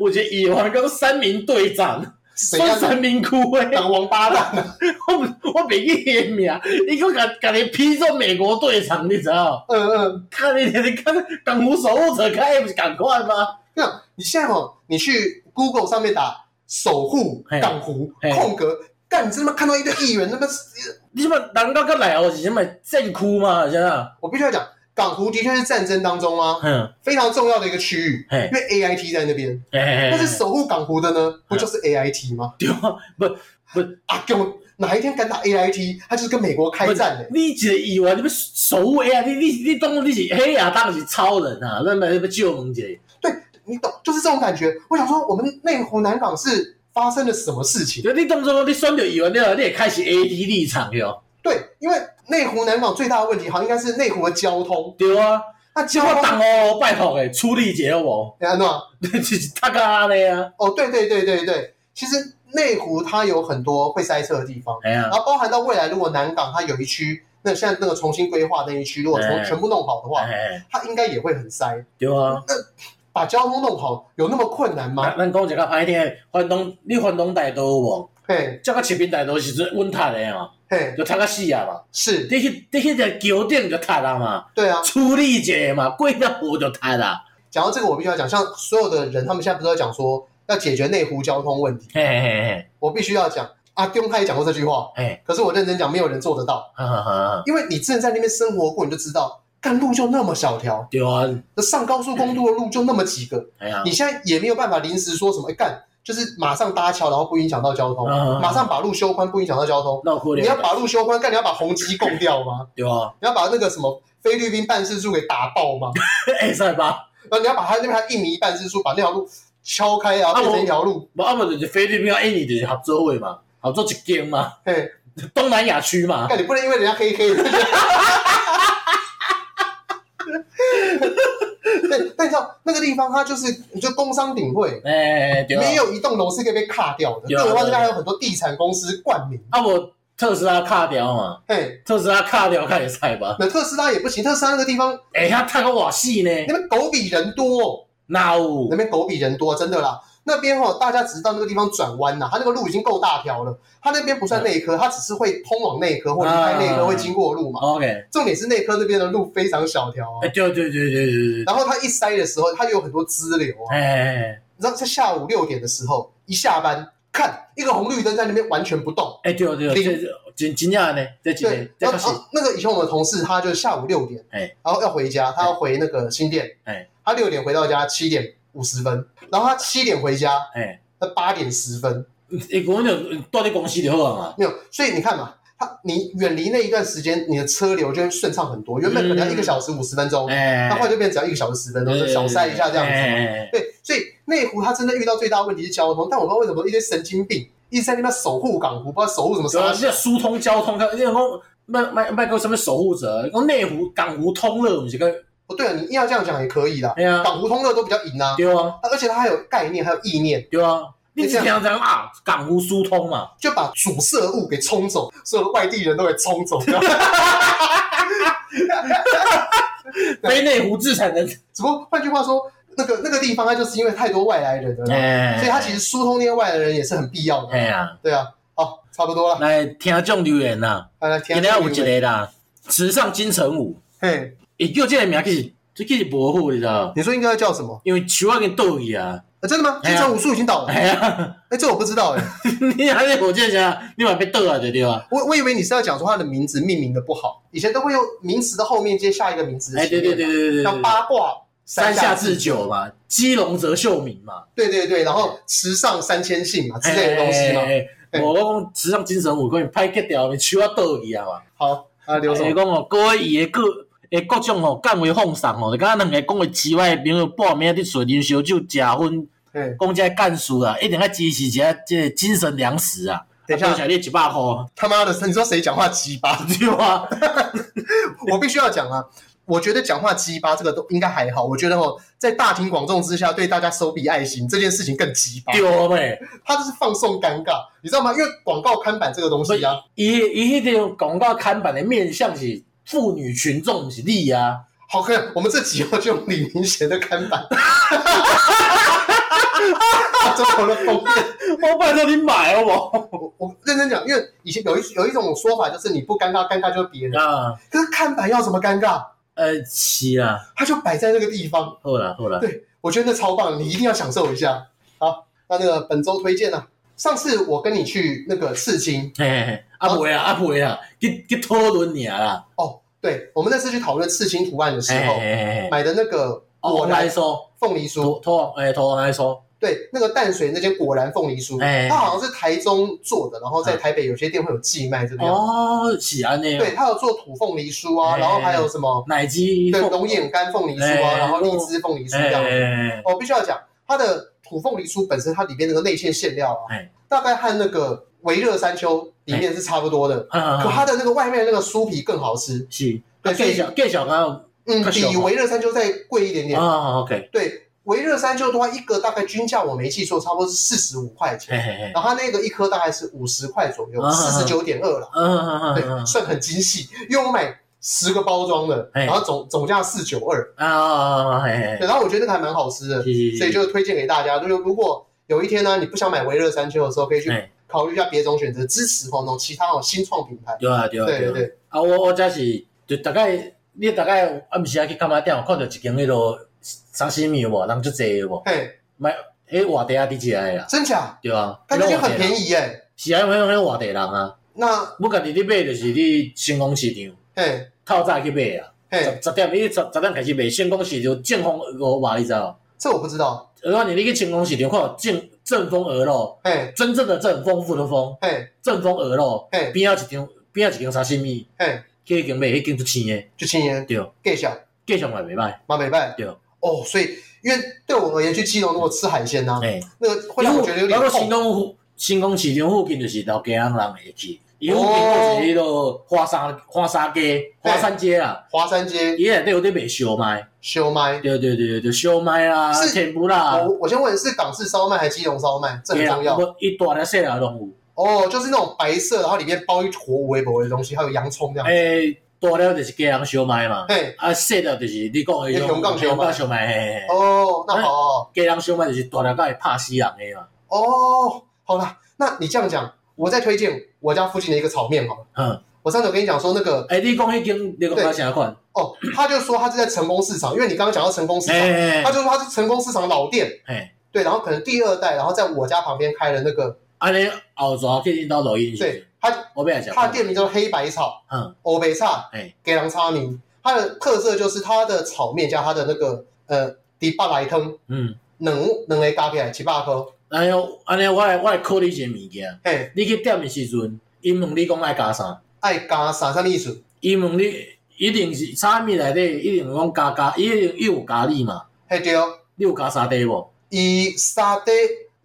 [SPEAKER 2] 有一个议员叫三民队长，
[SPEAKER 1] 谁
[SPEAKER 2] 算
[SPEAKER 1] 要
[SPEAKER 2] 神明窟诶，
[SPEAKER 1] 当王八蛋啊？
[SPEAKER 2] 我不我袂记伊名，伊佫甲甲你批做美国队长，你知道？
[SPEAKER 1] 嗯嗯，
[SPEAKER 2] 看你你看港湖守护者开不是赶快吗？
[SPEAKER 1] 那你现在哦，你去 Google 上面打守护
[SPEAKER 2] 嘿
[SPEAKER 1] 港湖
[SPEAKER 2] 嘿
[SPEAKER 1] 空格，干，你真他妈看到一堆议员，那么
[SPEAKER 2] 你什么难道佮来哦是什么战区吗？啊现在，
[SPEAKER 1] 我必须要讲，港湖的确是战争当中啊
[SPEAKER 2] 嗯，
[SPEAKER 1] 非常重要的一个区域，
[SPEAKER 2] 嘿
[SPEAKER 1] 因，为 AIT 在那边。
[SPEAKER 2] 嘿嘿嘿
[SPEAKER 1] 但是守护港湖的呢，不就是 AIT 吗？
[SPEAKER 2] 对啊，不
[SPEAKER 1] 啊，给我哪一天敢打 AIT，他就是跟美国开战欸嘞、
[SPEAKER 2] 你一个议员，你要守护 A 啊？你你你当你是黑亚啊当是超人啊？那么你要借我们一下。
[SPEAKER 1] 你懂，就是这种感觉。我想说，我们内湖南港是发生了什么事情？
[SPEAKER 2] 就你当作你选到议员了，你会开始 A D 立场了，
[SPEAKER 1] 对，因为内湖南港最大的问题，好像应该是内湖的交通。
[SPEAKER 2] 对啊。
[SPEAKER 1] 那
[SPEAKER 2] 即
[SPEAKER 1] 交
[SPEAKER 2] 我
[SPEAKER 1] 通，
[SPEAKER 2] 当哦，拜托诶，处理一下好无？
[SPEAKER 1] 你看到
[SPEAKER 2] 就是大家安尼啊，
[SPEAKER 1] 哦，对对对对对，其实内湖它有很多会塞车的地方，
[SPEAKER 2] 哎呀
[SPEAKER 1] 然，后包含到未来，如果南港它有一区，那现在那个重新规划那一区，如果全
[SPEAKER 2] 哎
[SPEAKER 1] 全部弄好的话，
[SPEAKER 2] 哎，
[SPEAKER 1] 它应该也会很塞。
[SPEAKER 2] 对啊。
[SPEAKER 1] 把交通弄好有那么困难吗？
[SPEAKER 2] 咱咱讲一个歹听的，反动你反动大道有无？
[SPEAKER 1] 嘿
[SPEAKER 2] 这个市民大道是阵稳塌的嘛，
[SPEAKER 1] 嘿，
[SPEAKER 2] 就塌到死啊嘛。
[SPEAKER 1] 是
[SPEAKER 2] 你去你去个桥顶就塌啊嘛，
[SPEAKER 1] 对啊。
[SPEAKER 2] 处理一下嘛，过到河就塌啦。
[SPEAKER 1] 讲到这个，我必须要讲，像所有的人，他们现在不是在讲说要解决内湖交通问题，
[SPEAKER 2] 嘿嘿嘿
[SPEAKER 1] 我必须要讲。阿丢他也讲过这句话，
[SPEAKER 2] 嘿，嘿，
[SPEAKER 1] 可是我认真讲，没有人做得到，
[SPEAKER 2] 哈哈哈哈，
[SPEAKER 1] 因为你真的在那边生活过，你就知道，干路就那么小条，
[SPEAKER 2] 对啊，
[SPEAKER 1] 那上高速公路的路就那么几个，
[SPEAKER 2] 哎呀
[SPEAKER 1] 你，现在也没有办法临时说什么，哎干，就是马上搭桥，然后不影响到交通，
[SPEAKER 2] 嗯嗯嗯
[SPEAKER 1] 马上把路修宽，不影响到交通。
[SPEAKER 2] 那有可
[SPEAKER 1] 你要
[SPEAKER 2] 能
[SPEAKER 1] 把路修宽，干你要把宏基供掉吗？
[SPEAKER 2] 对啊，
[SPEAKER 1] 你要把那个什么菲律宾办事处给打爆吗？
[SPEAKER 2] 会使吧？
[SPEAKER 1] 然后你要把他那边还印尼办事处把那条路敲开，然后变成一条路，
[SPEAKER 2] 无啊无就是菲律宾跟印尼就是合作会嘛，合作一间嘛，
[SPEAKER 1] 嘿，
[SPEAKER 2] 东南亚 区嘛。
[SPEAKER 1] 干你不能因为人家黑黑的。 对，但你知道那个地方，它就是就工商鼎会，
[SPEAKER 2] 哎，对啊
[SPEAKER 1] 没。有一栋楼是可以被卡掉的。
[SPEAKER 2] 有啊
[SPEAKER 1] 更何况这
[SPEAKER 2] 有
[SPEAKER 1] 边
[SPEAKER 2] 啊
[SPEAKER 1] 还有很多地产公司冠名，
[SPEAKER 2] 啊，无特斯拉卡掉嘛，
[SPEAKER 1] 嘿，
[SPEAKER 2] 特斯拉卡掉看会使吧？
[SPEAKER 1] 那特斯拉也不行，特斯拉那个地方
[SPEAKER 2] 哎，遐趁个偌死呢？
[SPEAKER 1] 那边狗比人多，
[SPEAKER 2] 哪有
[SPEAKER 1] 那？边狗比人多，真的啦。那边哦，大家只是到那个地方转弯呐，它那个路已经够大条了，它那边不算内科，它只是会通往内科或离开内科会经过的路嘛。
[SPEAKER 2] OK，
[SPEAKER 1] 重点是内科那边的路非常小条
[SPEAKER 2] 哎，
[SPEAKER 1] 哦，
[SPEAKER 2] 对对对对对对，
[SPEAKER 1] 然后它一塞的时候，它有很多支流啊。
[SPEAKER 2] 哎
[SPEAKER 1] 你知道在下午六点的时候，一下班看一个红绿灯在那边完全不动，
[SPEAKER 2] 哎对对，
[SPEAKER 1] 零
[SPEAKER 2] 这真真正呢，这几
[SPEAKER 1] 对
[SPEAKER 2] 个，这
[SPEAKER 1] 然
[SPEAKER 2] 确实
[SPEAKER 1] 后，啊那个以前我们的同事，他就是下午六点，
[SPEAKER 2] 哎
[SPEAKER 1] 然后要回家，他要回那个新店，
[SPEAKER 2] 哎
[SPEAKER 1] 他六点回到家，七点五十分，然后他七点回家，
[SPEAKER 2] 哎，
[SPEAKER 1] 他八点十分，
[SPEAKER 2] 伊讲就住伫公司就好啊嘛。
[SPEAKER 1] 没有，所以你看嘛，他你远离那一段时间，你的车流就会顺畅很多，原本可能要一个小时五十分钟，
[SPEAKER 2] 嗯哎，
[SPEAKER 1] 他后来就变成只要一个小时十分钟，就小塞一下这样子嘛。
[SPEAKER 2] 子。
[SPEAKER 1] 对，所以内湖他真的遇到最大的问题是交通，但我不知道为什么一堆神经病一直在那边守护港湖，不知道守护什么
[SPEAKER 2] 主要
[SPEAKER 1] 啥。
[SPEAKER 2] 是啊疏通交通，你讲卖卖卖个什么守护者，讲内湖港湖通了，毋是个？
[SPEAKER 1] 不对啊，你硬要这样讲也可以啦，
[SPEAKER 2] 哎 呀，
[SPEAKER 1] 港湖通乐都比较赢啊。
[SPEAKER 2] 对啊
[SPEAKER 1] 而且它还有概念，还有意念，
[SPEAKER 2] 对啊，你只听讲啊，港湖疏通嘛。
[SPEAKER 1] 就把阻塞物给冲走，所有的外地人都给冲 走掉。
[SPEAKER 2] 非内湖自产的，
[SPEAKER 1] 只不过换句话说，那个那个地方它就是因为太多外来人了啦，
[SPEAKER 2] 哎
[SPEAKER 1] 所以它其实疏通那些外来人也是很必要
[SPEAKER 2] 哎
[SPEAKER 1] 的。
[SPEAKER 2] 呀，
[SPEAKER 1] 对啊，好，差不多了，
[SPEAKER 2] 来听众留言啦，
[SPEAKER 1] 来来，
[SPEAKER 2] 今
[SPEAKER 1] 天
[SPEAKER 2] 日有一个啦，时尚金城武，
[SPEAKER 1] 嘿，
[SPEAKER 2] 伊叫这个名其实这其实无好，你知道吗？
[SPEAKER 1] 你说应该要叫什么？
[SPEAKER 2] 因为球啊给倒去啊，
[SPEAKER 1] 啊真的吗？
[SPEAKER 2] 哎
[SPEAKER 1] 金
[SPEAKER 2] 呀
[SPEAKER 1] 城武术已经倒了？
[SPEAKER 2] 哎呀，
[SPEAKER 1] 哎，这我不知道哎，
[SPEAKER 2] 你还是火箭侠，你嘛被倒啊对对吧？
[SPEAKER 1] 我我以为你是要讲说他的名字命名的不好，以前都会用名词的后面接下一个名词的
[SPEAKER 2] 哎，
[SPEAKER 1] 前
[SPEAKER 2] 对
[SPEAKER 1] 面
[SPEAKER 2] 对
[SPEAKER 1] 嘛
[SPEAKER 2] 对对对对
[SPEAKER 1] 像
[SPEAKER 2] 对，
[SPEAKER 1] 八卦
[SPEAKER 2] 三下智
[SPEAKER 1] 久，
[SPEAKER 2] 久嘛，基隆泽秀明嘛
[SPEAKER 1] 对对对，然后时尚三千姓嘛之类的东西嘛。
[SPEAKER 2] 哎哎哎我我讲时尚精神，我可以拍去掉，你球啊倒去啊嘛。
[SPEAKER 1] 好，啊，刘
[SPEAKER 2] 就是
[SPEAKER 1] 总，
[SPEAKER 2] 讲哦，各位伊诶各诶各种吼，干为放送吼，就敢若两个讲诶之外，朋友半暝伫找啉烧酒、食薰，
[SPEAKER 1] 嗯，
[SPEAKER 2] 讲这干事啊，一定要支持一下这精神粮食啊。
[SPEAKER 1] 等一下
[SPEAKER 2] 啊多谢你一百箍，
[SPEAKER 1] 他妈的，你说谁讲话鸡巴？
[SPEAKER 2] 对啊吧？
[SPEAKER 1] 我必须要讲啊，我觉得讲话鸡巴这个都应该还好，我觉得哦，在大庭广众之下对大家手比爱心这件事情更鸡巴，
[SPEAKER 2] 对啊咩？
[SPEAKER 1] 他就是放送尴尬，你知道吗？因为广告看板这个东西啊，
[SPEAKER 2] 伊伊迄个广告看板诶面向是妇女群众，毋是你啊。
[SPEAKER 1] 好 看，我们这集要就用李明贤的看板。中国的封面。
[SPEAKER 2] 我拜托你买好 不
[SPEAKER 1] 我我认真讲，因为以前有一有一种说法，就是你不尴尬，尴尬就是别人。
[SPEAKER 2] 好？啊，
[SPEAKER 1] 可是看板要怎么尴尬？
[SPEAKER 2] 呃，是啊，
[SPEAKER 1] 它就摆在那个地方。
[SPEAKER 2] 好啦好啦，
[SPEAKER 1] 对，我觉得那超棒，你一定要享受一下。好，那那个本周推荐呢、上次我跟你去那个刺青
[SPEAKER 2] 嘿嘿嘿，啊袂啊啊袂啊，去去讨论尔啦，
[SPEAKER 1] 哦，对，我们那次去讨论刺青图案的时
[SPEAKER 2] 嘿
[SPEAKER 1] 候，
[SPEAKER 2] 嘿嘿嘿，
[SPEAKER 1] 买的那个
[SPEAKER 2] 哦
[SPEAKER 1] 果
[SPEAKER 2] 我来
[SPEAKER 1] 然
[SPEAKER 2] 说，
[SPEAKER 1] 凤梨酥，
[SPEAKER 2] 托托诶托来说，
[SPEAKER 1] 对，那个淡水那间果然凤梨酥，
[SPEAKER 2] 哎
[SPEAKER 1] 它好像是台中做的，然后在台北有些店会有寄卖这个样子。
[SPEAKER 2] 嗯哦是安尼，
[SPEAKER 1] 对，它有做土凤梨酥啊，
[SPEAKER 2] 哎
[SPEAKER 1] 然后还有什么
[SPEAKER 2] 奶鸡
[SPEAKER 1] 对龙眼干凤梨酥啊，
[SPEAKER 2] 哎
[SPEAKER 1] 然后荔枝凤梨酥
[SPEAKER 2] 哎
[SPEAKER 1] 这样子。
[SPEAKER 2] 哎
[SPEAKER 1] 我必须要讲，它的土凤梨酥本身它里面那个内馅馅料啊
[SPEAKER 2] 哎，
[SPEAKER 1] 大概和那个维热山丘里面是差不多的，可它
[SPEAKER 2] 哎，
[SPEAKER 1] 的那个外面那个酥皮更好吃。
[SPEAKER 2] 是，
[SPEAKER 1] 对
[SPEAKER 2] 啊
[SPEAKER 1] 所以
[SPEAKER 2] 介绍介绍刚
[SPEAKER 1] 嗯，
[SPEAKER 2] 更小
[SPEAKER 1] 比
[SPEAKER 2] 吗
[SPEAKER 1] 维热山丘再贵一点点。
[SPEAKER 2] 啊，OK，
[SPEAKER 1] 对，维热山丘的话，一个大概均价我没记错，差不多是四十五块钱
[SPEAKER 2] 嘿。嘿嘿，
[SPEAKER 1] 然后它那个一颗大概是五十块左右，
[SPEAKER 2] 啊
[SPEAKER 1] 四十九点二了，
[SPEAKER 2] 嗯嗯嗯嗯
[SPEAKER 1] 对，算很精细，因为我买十个包装的，
[SPEAKER 2] 哎
[SPEAKER 1] 然后总总价四九二，
[SPEAKER 2] 嗯啊，嘿嘿
[SPEAKER 1] 对，然后我觉得那个还蛮好吃的，
[SPEAKER 2] 嘿，
[SPEAKER 1] 所以就推荐给大家，就是如果有一天呢，你不想买维乐山丘的时候，可以去
[SPEAKER 2] 哎
[SPEAKER 1] 考虑一下别种选择，支持哦那种其他哦新创品牌，
[SPEAKER 2] 对啊对啊
[SPEAKER 1] 对
[SPEAKER 2] 对啊。
[SPEAKER 1] 对，
[SPEAKER 2] 啊，我我则是就大概你大概暗时啊去干嘛店有看到一间迄落沙西米有无，人足济有无？
[SPEAKER 1] 嘿，
[SPEAKER 2] 迄外地啊伫食诶啦，
[SPEAKER 1] 真假？
[SPEAKER 2] 对啊，
[SPEAKER 1] 但那些很
[SPEAKER 2] 宜。
[SPEAKER 1] 便宜哎，
[SPEAKER 2] 是啊，因为迄外地人啊，
[SPEAKER 1] 那
[SPEAKER 2] 我家己咧买就是咧成功市场
[SPEAKER 1] 嘿
[SPEAKER 2] 透早去买啊，
[SPEAKER 1] 嘿，
[SPEAKER 2] 十十点伊十十点开始卖，成功市场正风鹅肉你知道？
[SPEAKER 1] 这我不知道，
[SPEAKER 2] 而且你你去成功市场看有正正风鹅肉，
[SPEAKER 1] 嘿
[SPEAKER 2] 真正的正丰富的丰，
[SPEAKER 1] 嘿
[SPEAKER 2] 正风鹅肉
[SPEAKER 1] 嘿
[SPEAKER 2] 边仔一张边仔一间沙西米，
[SPEAKER 1] 嘿，
[SPEAKER 2] 去迄间卖，迄间足鲜诶，
[SPEAKER 1] 就青年
[SPEAKER 2] 对，
[SPEAKER 1] 给小
[SPEAKER 2] 价钱嘛袂歹，
[SPEAKER 1] 马北拜，
[SPEAKER 2] 对
[SPEAKER 1] 哦，所以因为对我而言去基隆如果吃海鲜呐，啊
[SPEAKER 2] 诶。
[SPEAKER 1] 那个会让哦我觉得有点
[SPEAKER 2] 然后新
[SPEAKER 1] 痛。
[SPEAKER 2] 港附新港市场附近就是老家人人会去，伊附近有一个迄落花
[SPEAKER 1] 哦
[SPEAKER 2] 沙花沙街、
[SPEAKER 1] 哎
[SPEAKER 2] 花山街啦，
[SPEAKER 1] 华山街
[SPEAKER 2] 伊内底有咧卖烧麦，
[SPEAKER 1] 修麦，
[SPEAKER 2] 对对对对对，烧麦啦、
[SPEAKER 1] 是
[SPEAKER 2] 甜不啦，
[SPEAKER 1] 我我先问是港式烧麦还是基隆烧麦？这很重要
[SPEAKER 2] 嘿啦，伊大粒细粒拢有，
[SPEAKER 1] 哦，就是那种白色，然后里面包一坨无微博的东西，还有洋葱这样。
[SPEAKER 2] 诶，大粒就是家人烧麦嘛，
[SPEAKER 1] 啊嘿，
[SPEAKER 2] 啊细粒就是你讲诶
[SPEAKER 1] 那香港烧麦
[SPEAKER 2] 烧麦，嘿嘿嘿，
[SPEAKER 1] 哦，那好哦，
[SPEAKER 2] 家人烧麦就是大粒到会拍死人诶嘛，
[SPEAKER 1] 哦，好啦，那你这样讲，我再推荐我家附近的一个炒面好了。
[SPEAKER 2] 嗯，
[SPEAKER 1] 我上次有跟你讲说那个
[SPEAKER 2] 诶，你讲迄间你讲
[SPEAKER 1] 对
[SPEAKER 2] 到啥款？
[SPEAKER 1] 哦，他就说他是在成功市场，因为你刚刚讲到成功市场，
[SPEAKER 2] 诶
[SPEAKER 1] 他就说他是成功市场老店，
[SPEAKER 2] 诶，
[SPEAKER 1] 对，然后可能第二代，然后在我家旁边开了那个，
[SPEAKER 2] 安尼后抓去恁兜录音是不
[SPEAKER 1] 对
[SPEAKER 2] 是，
[SPEAKER 1] 他
[SPEAKER 2] 我要来食。
[SPEAKER 1] 它的店名叫做黑白炒，
[SPEAKER 2] 嗯，
[SPEAKER 1] 欧北菜，
[SPEAKER 2] 哎
[SPEAKER 1] 给人差名。它的特色就是它的炒面加它的那个呃底巴来汤，
[SPEAKER 2] 嗯。
[SPEAKER 1] 两两个加起来七八颗，
[SPEAKER 2] 安尼，安尼，我来我来考你一个物件。
[SPEAKER 1] 嘿，
[SPEAKER 2] 你去点的时阵，伊问你讲爱加啥，
[SPEAKER 1] 爱哎加啥啥意思？
[SPEAKER 2] 伊问你一定是炒面内底一定讲加加，伊一定伊有加你嘛？
[SPEAKER 1] 嘿对哦，
[SPEAKER 2] 你有加沙茶无？
[SPEAKER 1] 伊沙爹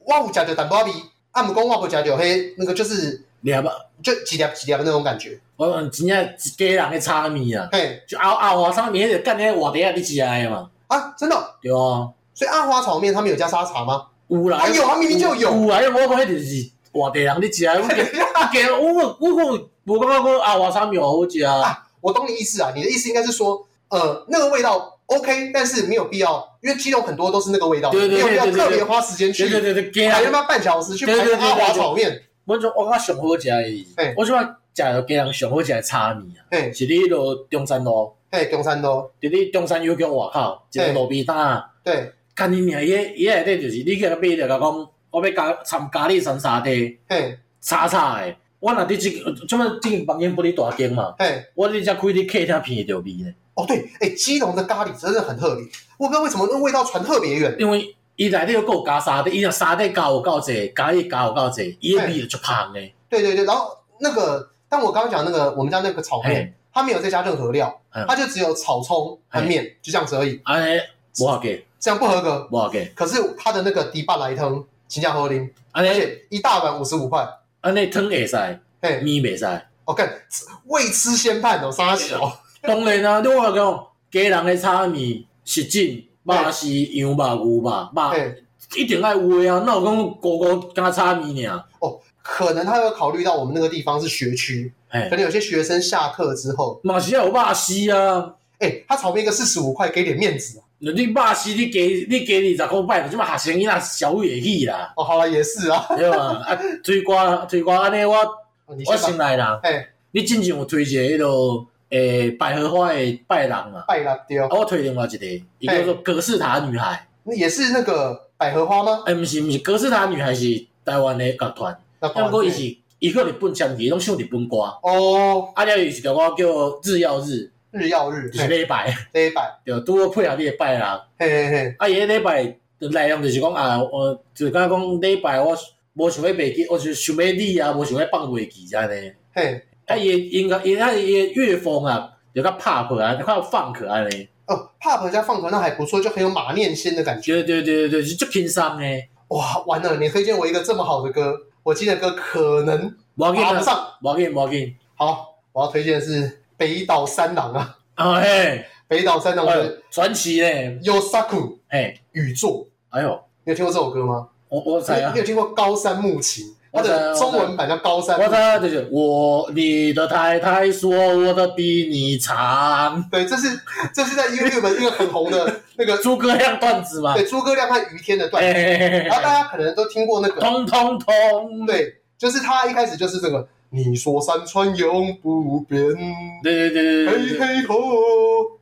[SPEAKER 1] 我有食着淡薄仔味，啊，毋过我无食着迄那个就是
[SPEAKER 2] 你啊捌？
[SPEAKER 1] 就一粒一粒的那种感觉，哎
[SPEAKER 2] 我讲真正一家人去炒面啊，
[SPEAKER 1] 嘿
[SPEAKER 2] 就熬熬啊炒面，迄个干迄外地啊，你食的嘛？
[SPEAKER 1] 啊，真的哦、
[SPEAKER 2] 对啊，
[SPEAKER 1] 所以阿花炒面他们有加沙茶吗？
[SPEAKER 2] 有啦。
[SPEAKER 1] 哎呦，他明明就有，
[SPEAKER 2] 有啦，因为我讲迄就是外 地人咧食的。我讲，家我我我讲无感觉讲熬啊炒面好好食啊。
[SPEAKER 1] 我懂你意思啊，你的意思应该是说，呃，那个味道 OK，但是没有必要，因为基隆很多都是那个味道，
[SPEAKER 2] 对对对
[SPEAKER 1] 没有必
[SPEAKER 2] 对
[SPEAKER 1] 要
[SPEAKER 2] 对
[SPEAKER 1] 特别花时间去
[SPEAKER 2] 对对对对，家
[SPEAKER 1] 排他
[SPEAKER 2] 人，
[SPEAKER 1] 妈半小时去排
[SPEAKER 2] 对对对对
[SPEAKER 1] 阿华
[SPEAKER 2] 对
[SPEAKER 1] 炒面，
[SPEAKER 2] 我就我讲上好食
[SPEAKER 1] 嘿
[SPEAKER 2] 的，我即摆食着家人上好食的炒面啊。
[SPEAKER 1] 嘿
[SPEAKER 2] 是你迄落中山路，
[SPEAKER 1] 嘿，中山都
[SPEAKER 2] 伫你中山邮局外口一个路边摊啊，
[SPEAKER 1] 对，
[SPEAKER 2] 干你娘！伊的伊的内底就是你去甲买着，甲讲我要加参咖喱山沙茶，
[SPEAKER 1] 嘿
[SPEAKER 2] 炒炒的。我若伫即即摆即间房间不哩大间嘛，
[SPEAKER 1] 嘿。
[SPEAKER 2] 我伫遮开伫客厅闻着味呢，
[SPEAKER 1] 哦，对，哎，基隆的咖喱真的很特别，我不知道为什么那个味道传特别远。
[SPEAKER 2] 因为伊内底又有加沙茶，伊若沙茶加有够济，咖喱加有够济，伊的味就足香的。
[SPEAKER 1] 对对对，然后那个，但我刚刚讲那个我们家那个炒面，
[SPEAKER 2] 嘿，
[SPEAKER 1] 它没有再加任何料，
[SPEAKER 2] 嗯
[SPEAKER 1] 它就只有炒葱和面，就这样子而已，
[SPEAKER 2] 安尼无要紧，
[SPEAKER 1] 这样不合格。
[SPEAKER 2] 无要紧，
[SPEAKER 1] 可是它的那个迪巴莱汤，请假喝零，
[SPEAKER 2] 安
[SPEAKER 1] 而
[SPEAKER 2] 尼
[SPEAKER 1] 且一大碗五十五块，
[SPEAKER 2] 安尼汤会使，
[SPEAKER 1] 嘿，
[SPEAKER 2] 面袂使。
[SPEAKER 1] 我干，未吃先判哦，沙小，
[SPEAKER 2] 当然啊，你我讲，家人的炒面是真，肉是羊肉、牛肉、肉
[SPEAKER 1] 嘿，
[SPEAKER 2] 一定爱有的啊。那有讲糊糊敢炒面尔，
[SPEAKER 1] 可能他有考虑到我们那个地方是学区，
[SPEAKER 2] 嘿
[SPEAKER 1] 可，能有些学生下课之后，
[SPEAKER 2] 嘛是要有肉丝啊。
[SPEAKER 1] 哎，他炒面一个四十五块，给点面子啊，
[SPEAKER 2] 你肉丝你加你加二十箍摆，即嘛学生囡仔消费会起啦，
[SPEAKER 1] 哦，好了，也是啊。 哦
[SPEAKER 2] 对嘛？啊，水瓜水瓜安尼我
[SPEAKER 1] 你
[SPEAKER 2] 我
[SPEAKER 1] 先吧
[SPEAKER 2] 先。来啦。
[SPEAKER 1] 哎，
[SPEAKER 2] 你之前有推一个迄落诶百合花的拜人嘛？
[SPEAKER 1] 拜了丢
[SPEAKER 2] 啊，，我推另外一个，伊叫做格式塔女孩。
[SPEAKER 1] 那也是那个百合花吗？
[SPEAKER 2] 诶，毋是毋是，格式塔女孩是台湾的乐团，
[SPEAKER 1] 那
[SPEAKER 2] 啊，毋过伊是伊去日本签去，拢唱日本歌。
[SPEAKER 1] 哦，
[SPEAKER 2] 啊，了有一条歌叫日曜日，
[SPEAKER 1] 日曜日
[SPEAKER 2] 就是
[SPEAKER 1] 嘿
[SPEAKER 2] 礼拜，
[SPEAKER 1] 这一版，
[SPEAKER 2] 对，拄好配合你的拜人。
[SPEAKER 1] 嘿嘿嘿，
[SPEAKER 2] 啊，伊迄礼拜就内容就是讲啊，我就是敢讲礼拜我无想要袂记，我就想要你啊，无想要放袂记安尼。
[SPEAKER 1] 嘿，
[SPEAKER 2] 啊，伊的音乐，伊啊伊的乐风啊，就较 pop 啊，较 funk 安尼。
[SPEAKER 1] 哦，pop 加放 u 那还不错，就很有马念先的感觉。
[SPEAKER 2] 对对对对对，就轻松诶。
[SPEAKER 1] 哇，完了，你推荐我一个这么好的歌，我今天的歌可能
[SPEAKER 2] 无要紧
[SPEAKER 1] 拔
[SPEAKER 2] 啊
[SPEAKER 1] 不，上。
[SPEAKER 2] 无要紧无要紧。
[SPEAKER 1] 好，我要推荐的是北岛三郎啊，
[SPEAKER 2] 啊嘿，
[SPEAKER 1] 北岛三郎的
[SPEAKER 2] 呃传奇咧，
[SPEAKER 1] 《Yosaku
[SPEAKER 2] 嘿，
[SPEAKER 1] 宇宙》，
[SPEAKER 2] 哎呦，
[SPEAKER 1] 你有听过这首歌吗？
[SPEAKER 2] 我我知
[SPEAKER 1] 你
[SPEAKER 2] 啊
[SPEAKER 1] 你，有听过高山木琴？它
[SPEAKER 2] 我知啊
[SPEAKER 1] 的中文版叫高山木
[SPEAKER 2] 我
[SPEAKER 1] 琴
[SPEAKER 2] 知。啊，就是我你的太太说我的比你长，
[SPEAKER 1] 对，这是这是在 YouTube 一个很红的那 个，
[SPEAKER 2] 诸葛亮段子嘛。
[SPEAKER 1] 对，诸葛亮和于天的段
[SPEAKER 2] 哎
[SPEAKER 1] 子，
[SPEAKER 2] 嘿嘿嘿
[SPEAKER 1] 然后大
[SPEAKER 2] 嘿，
[SPEAKER 1] 家可能都听过那个，
[SPEAKER 2] 通通通，
[SPEAKER 1] 对，就是他一开始就是这个，你说山川永不变，
[SPEAKER 2] 对对对
[SPEAKER 1] 嘿
[SPEAKER 2] 对对对，
[SPEAKER 1] 嘿吼，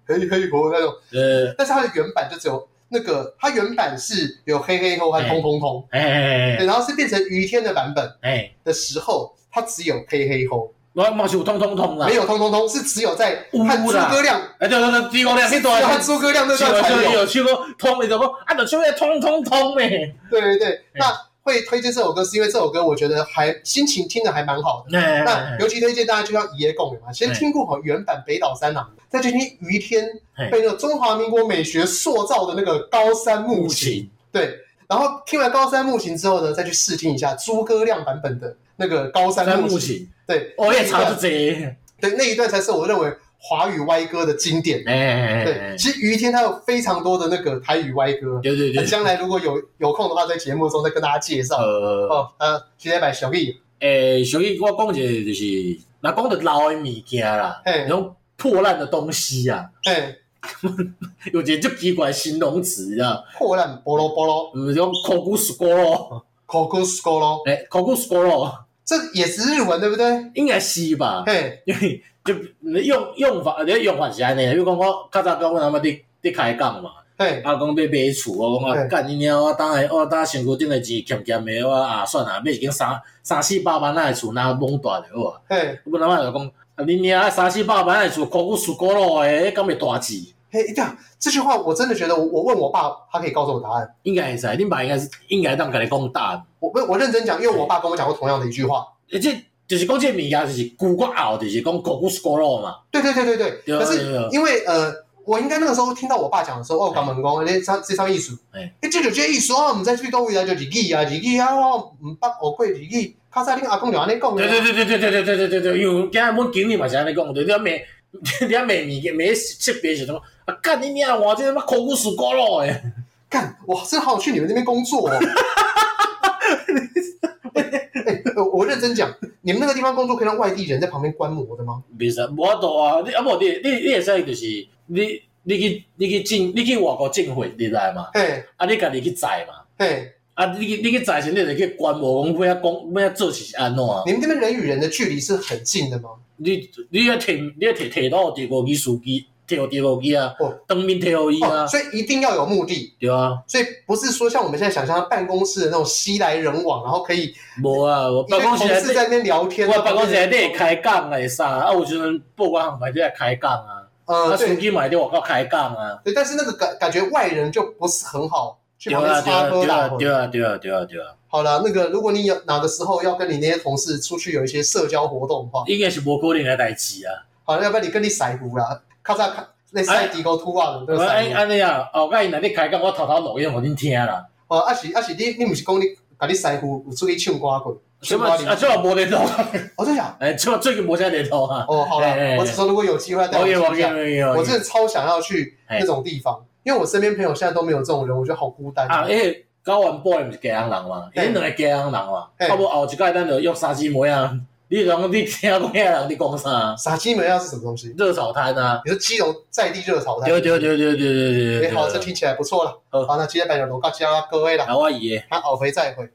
[SPEAKER 1] 嘿嘿吼那种，
[SPEAKER 2] 呃，
[SPEAKER 1] 但是他的原版就只有那个，他原版是有嘿嘿吼和通通通，
[SPEAKER 2] 哎哎
[SPEAKER 1] 对，
[SPEAKER 2] 哎
[SPEAKER 1] 然后是变成于天的版本
[SPEAKER 2] 哎，
[SPEAKER 1] 的时候，他只有嘿嘿吼，
[SPEAKER 2] 我嘛是有通通通啦
[SPEAKER 1] 没，有通通通，是只有在
[SPEAKER 2] 呜
[SPEAKER 1] 和诸
[SPEAKER 2] 啦
[SPEAKER 1] 葛亮，
[SPEAKER 2] 哎对对对，诸葛亮那
[SPEAKER 1] 只有和
[SPEAKER 2] 段。
[SPEAKER 1] 诸葛亮那
[SPEAKER 2] 是
[SPEAKER 1] 段才
[SPEAKER 2] 就
[SPEAKER 1] 有。
[SPEAKER 2] 有去过通，你就讲啊，就去过通通通诶，
[SPEAKER 1] 对对对，那会推荐这首歌是因为这首歌我觉得还心情听着还蛮好的。
[SPEAKER 2] 哎
[SPEAKER 1] 那尤其推荐大家就像《一夜共鸣》嘛，先听过好原版北岛三郎，再去听于天
[SPEAKER 2] 嘿
[SPEAKER 1] 被那个中华民国美学塑造的那个高山木
[SPEAKER 2] 木
[SPEAKER 1] 琴，
[SPEAKER 2] 琴，
[SPEAKER 1] 对。然后听完高山木琴之后呢，再去试听一下诸葛亮版本的那个高
[SPEAKER 2] 在
[SPEAKER 1] 山木
[SPEAKER 2] 木
[SPEAKER 1] 琴，
[SPEAKER 2] 琴，哦
[SPEAKER 1] 对，
[SPEAKER 2] 我
[SPEAKER 1] 那
[SPEAKER 2] 也
[SPEAKER 1] 一
[SPEAKER 2] 查
[SPEAKER 1] 段
[SPEAKER 2] 不这，
[SPEAKER 1] 对那一段才是我认为华语歪歌的经典。
[SPEAKER 2] 哎，
[SPEAKER 1] 对，其实于天他有非常多的那个台语歪歌，
[SPEAKER 2] 对对哎对，
[SPEAKER 1] 将来如果有有空的话，在节目中再跟大家介绍。
[SPEAKER 2] 呃，
[SPEAKER 1] 哦，呃，现在买小易，
[SPEAKER 2] 诶，小易，我讲一个就是，哎那讲到老的物件啦，
[SPEAKER 1] 嘿
[SPEAKER 2] 那，种破烂的东西啊，
[SPEAKER 1] 嘿，
[SPEAKER 2] 有一个就奇怪的形容词啊，
[SPEAKER 1] 破烂菠萝菠萝，
[SPEAKER 2] 嗯，种口古斯锅咯，
[SPEAKER 1] 口骨斯锅咯，
[SPEAKER 2] 诶，口古斯锅咯，
[SPEAKER 1] 这也是日文对不对？
[SPEAKER 2] 应该是吧？
[SPEAKER 1] 嘿，
[SPEAKER 2] 因为就用用法，你用法是安尼，啊比如讲我较早跟阮阿妈伫伫开讲嘛。
[SPEAKER 1] 嘿，
[SPEAKER 2] 啊，讲要买厝，我讲啊，
[SPEAKER 1] 嘿
[SPEAKER 2] 干你娘！我当然，我当身躯顶的钱欠欠的，我啊算啊，买一间三三四百万那的厝，那懵大就好啊。
[SPEAKER 1] 嘿，
[SPEAKER 2] 我阿妈就讲，啊，你娘三四百万的厝，考古输过路的，敢会大志？
[SPEAKER 1] 嘿，这样这句话我真的觉得我，我问我爸，他可以告诉我答案。
[SPEAKER 2] 应该会使，恁爸应该是应该当甲你讲答案。
[SPEAKER 1] 我不，我认真讲，因为我爸跟我讲过同样的一句话。
[SPEAKER 2] 而且就是讲这个物件就是古国后，就是讲考古输过路嘛。
[SPEAKER 1] 对对对对对，
[SPEAKER 2] 对啊
[SPEAKER 1] 可
[SPEAKER 2] 对
[SPEAKER 1] 是
[SPEAKER 2] 啊
[SPEAKER 1] 因为呃，我应该那个时候听到我爸讲的时候，哦，
[SPEAKER 2] 嘿
[SPEAKER 1] 港门工，那上这上艺术，哎
[SPEAKER 2] 嘿，
[SPEAKER 1] 这就这艺术啊，我们再去到位啊，就日语啊，日语啊，我唔捌学过日语，卡萨恁阿公就安尼讲的
[SPEAKER 2] 对
[SPEAKER 1] 啊。
[SPEAKER 2] 对对对对对对对对对对，因为今日阮经理嘛是安尼讲，对，你啊卖，你啊卖物件卖识别是什么？啊，干你娘！我这他妈考古输过路的。
[SPEAKER 1] 干，我真好去你们那边工作、 哦。哎、我我认真讲，你们那个地方工作可以让外地人在旁边观摩的吗？
[SPEAKER 2] 袂使，无法度啊！你啊无你你你会使就是你你去你去进你去外国进货，你知嘛？
[SPEAKER 1] 嘿，
[SPEAKER 2] 啊，你家己去载嘛？
[SPEAKER 1] 嘿，
[SPEAKER 2] 啊，你去你去载时，你就去观摩讲要遐讲要遐做是安怎啊？
[SPEAKER 1] 你们这边人与人的距离是很近的吗？
[SPEAKER 2] 你你要摕你要摕摕到第五支司机，摕到第五支啊
[SPEAKER 1] 哦，
[SPEAKER 2] 当面摕互伊
[SPEAKER 1] 哦，
[SPEAKER 2] 啊，
[SPEAKER 1] 所以一定要有目的，
[SPEAKER 2] 对啊，
[SPEAKER 1] 所以不是说像我们现在想象的办公室的那种熙来人往，然后可以
[SPEAKER 2] 无啊，我
[SPEAKER 1] 一堆
[SPEAKER 2] 办公室
[SPEAKER 1] 同
[SPEAKER 2] 内
[SPEAKER 1] 事在
[SPEAKER 2] 底
[SPEAKER 1] 那边聊天。
[SPEAKER 2] 我办公室内底会开讲啊，会啥啊？有时阵报关行牌在开讲啊，
[SPEAKER 1] 呃，
[SPEAKER 2] 啊，司
[SPEAKER 1] 对
[SPEAKER 2] 机嘛会伫外口开讲啊，
[SPEAKER 1] 对，但是那个感感觉外人就不是很好去
[SPEAKER 2] 对
[SPEAKER 1] 旁
[SPEAKER 2] 啊
[SPEAKER 1] 边
[SPEAKER 2] 对
[SPEAKER 1] 插
[SPEAKER 2] 啊
[SPEAKER 1] 科
[SPEAKER 2] 对
[SPEAKER 1] 打
[SPEAKER 2] 啊
[SPEAKER 1] 诨。
[SPEAKER 2] 对啊对啊对啊对啊。
[SPEAKER 1] 好了，那个如果你有哪个时候要跟你那些同事出去有一些社交活动的话，
[SPEAKER 2] 应该是无可能的代志啊！
[SPEAKER 1] 好，要不然你跟你塞胡啦，较早较那
[SPEAKER 2] 哎
[SPEAKER 1] 塞地沟突啊的，对
[SPEAKER 2] 我安
[SPEAKER 1] 塞
[SPEAKER 2] 安尼啊，后盖若你开讲，我偷偷录音互恁听啦。
[SPEAKER 1] 哦，啊是啊是，你你不是讲你甲你塞胡有出去唱歌过？哦
[SPEAKER 2] 什
[SPEAKER 1] 唱
[SPEAKER 2] 么
[SPEAKER 1] 歌
[SPEAKER 2] 啊？这无联络，
[SPEAKER 1] 我在想，
[SPEAKER 2] 哎，这最近无啥联络啊。
[SPEAKER 1] 哦，好
[SPEAKER 2] 哎哎
[SPEAKER 1] 了，
[SPEAKER 2] 哎
[SPEAKER 1] 我只说如果有机会再
[SPEAKER 2] 我
[SPEAKER 1] 我
[SPEAKER 2] 有我
[SPEAKER 1] 一
[SPEAKER 2] 有
[SPEAKER 1] 下，
[SPEAKER 2] 我有。
[SPEAKER 1] 我真的超想要去那种地方，因为我身边朋友现在都没有这种人，我觉得好孤单。
[SPEAKER 2] 啊，迄九万八毋是家人人嘛，
[SPEAKER 1] 嘿
[SPEAKER 2] 因两个家人人嘛，
[SPEAKER 1] 嘿
[SPEAKER 2] 啊无后一届咱就约三姊妹啊，你讲你听过遐人伫讲啥？
[SPEAKER 1] 撒鸡门要是什么东西？
[SPEAKER 2] 热炒摊啊，
[SPEAKER 1] 你说基隆在地热炒摊？
[SPEAKER 2] 对对对对对对对对。哦
[SPEAKER 1] 哎，好，这听起来不错了。
[SPEAKER 2] 好
[SPEAKER 1] 好，那今天白鸟龙告家各位了，
[SPEAKER 2] 啊，我伊诶。
[SPEAKER 1] 那偶回再会。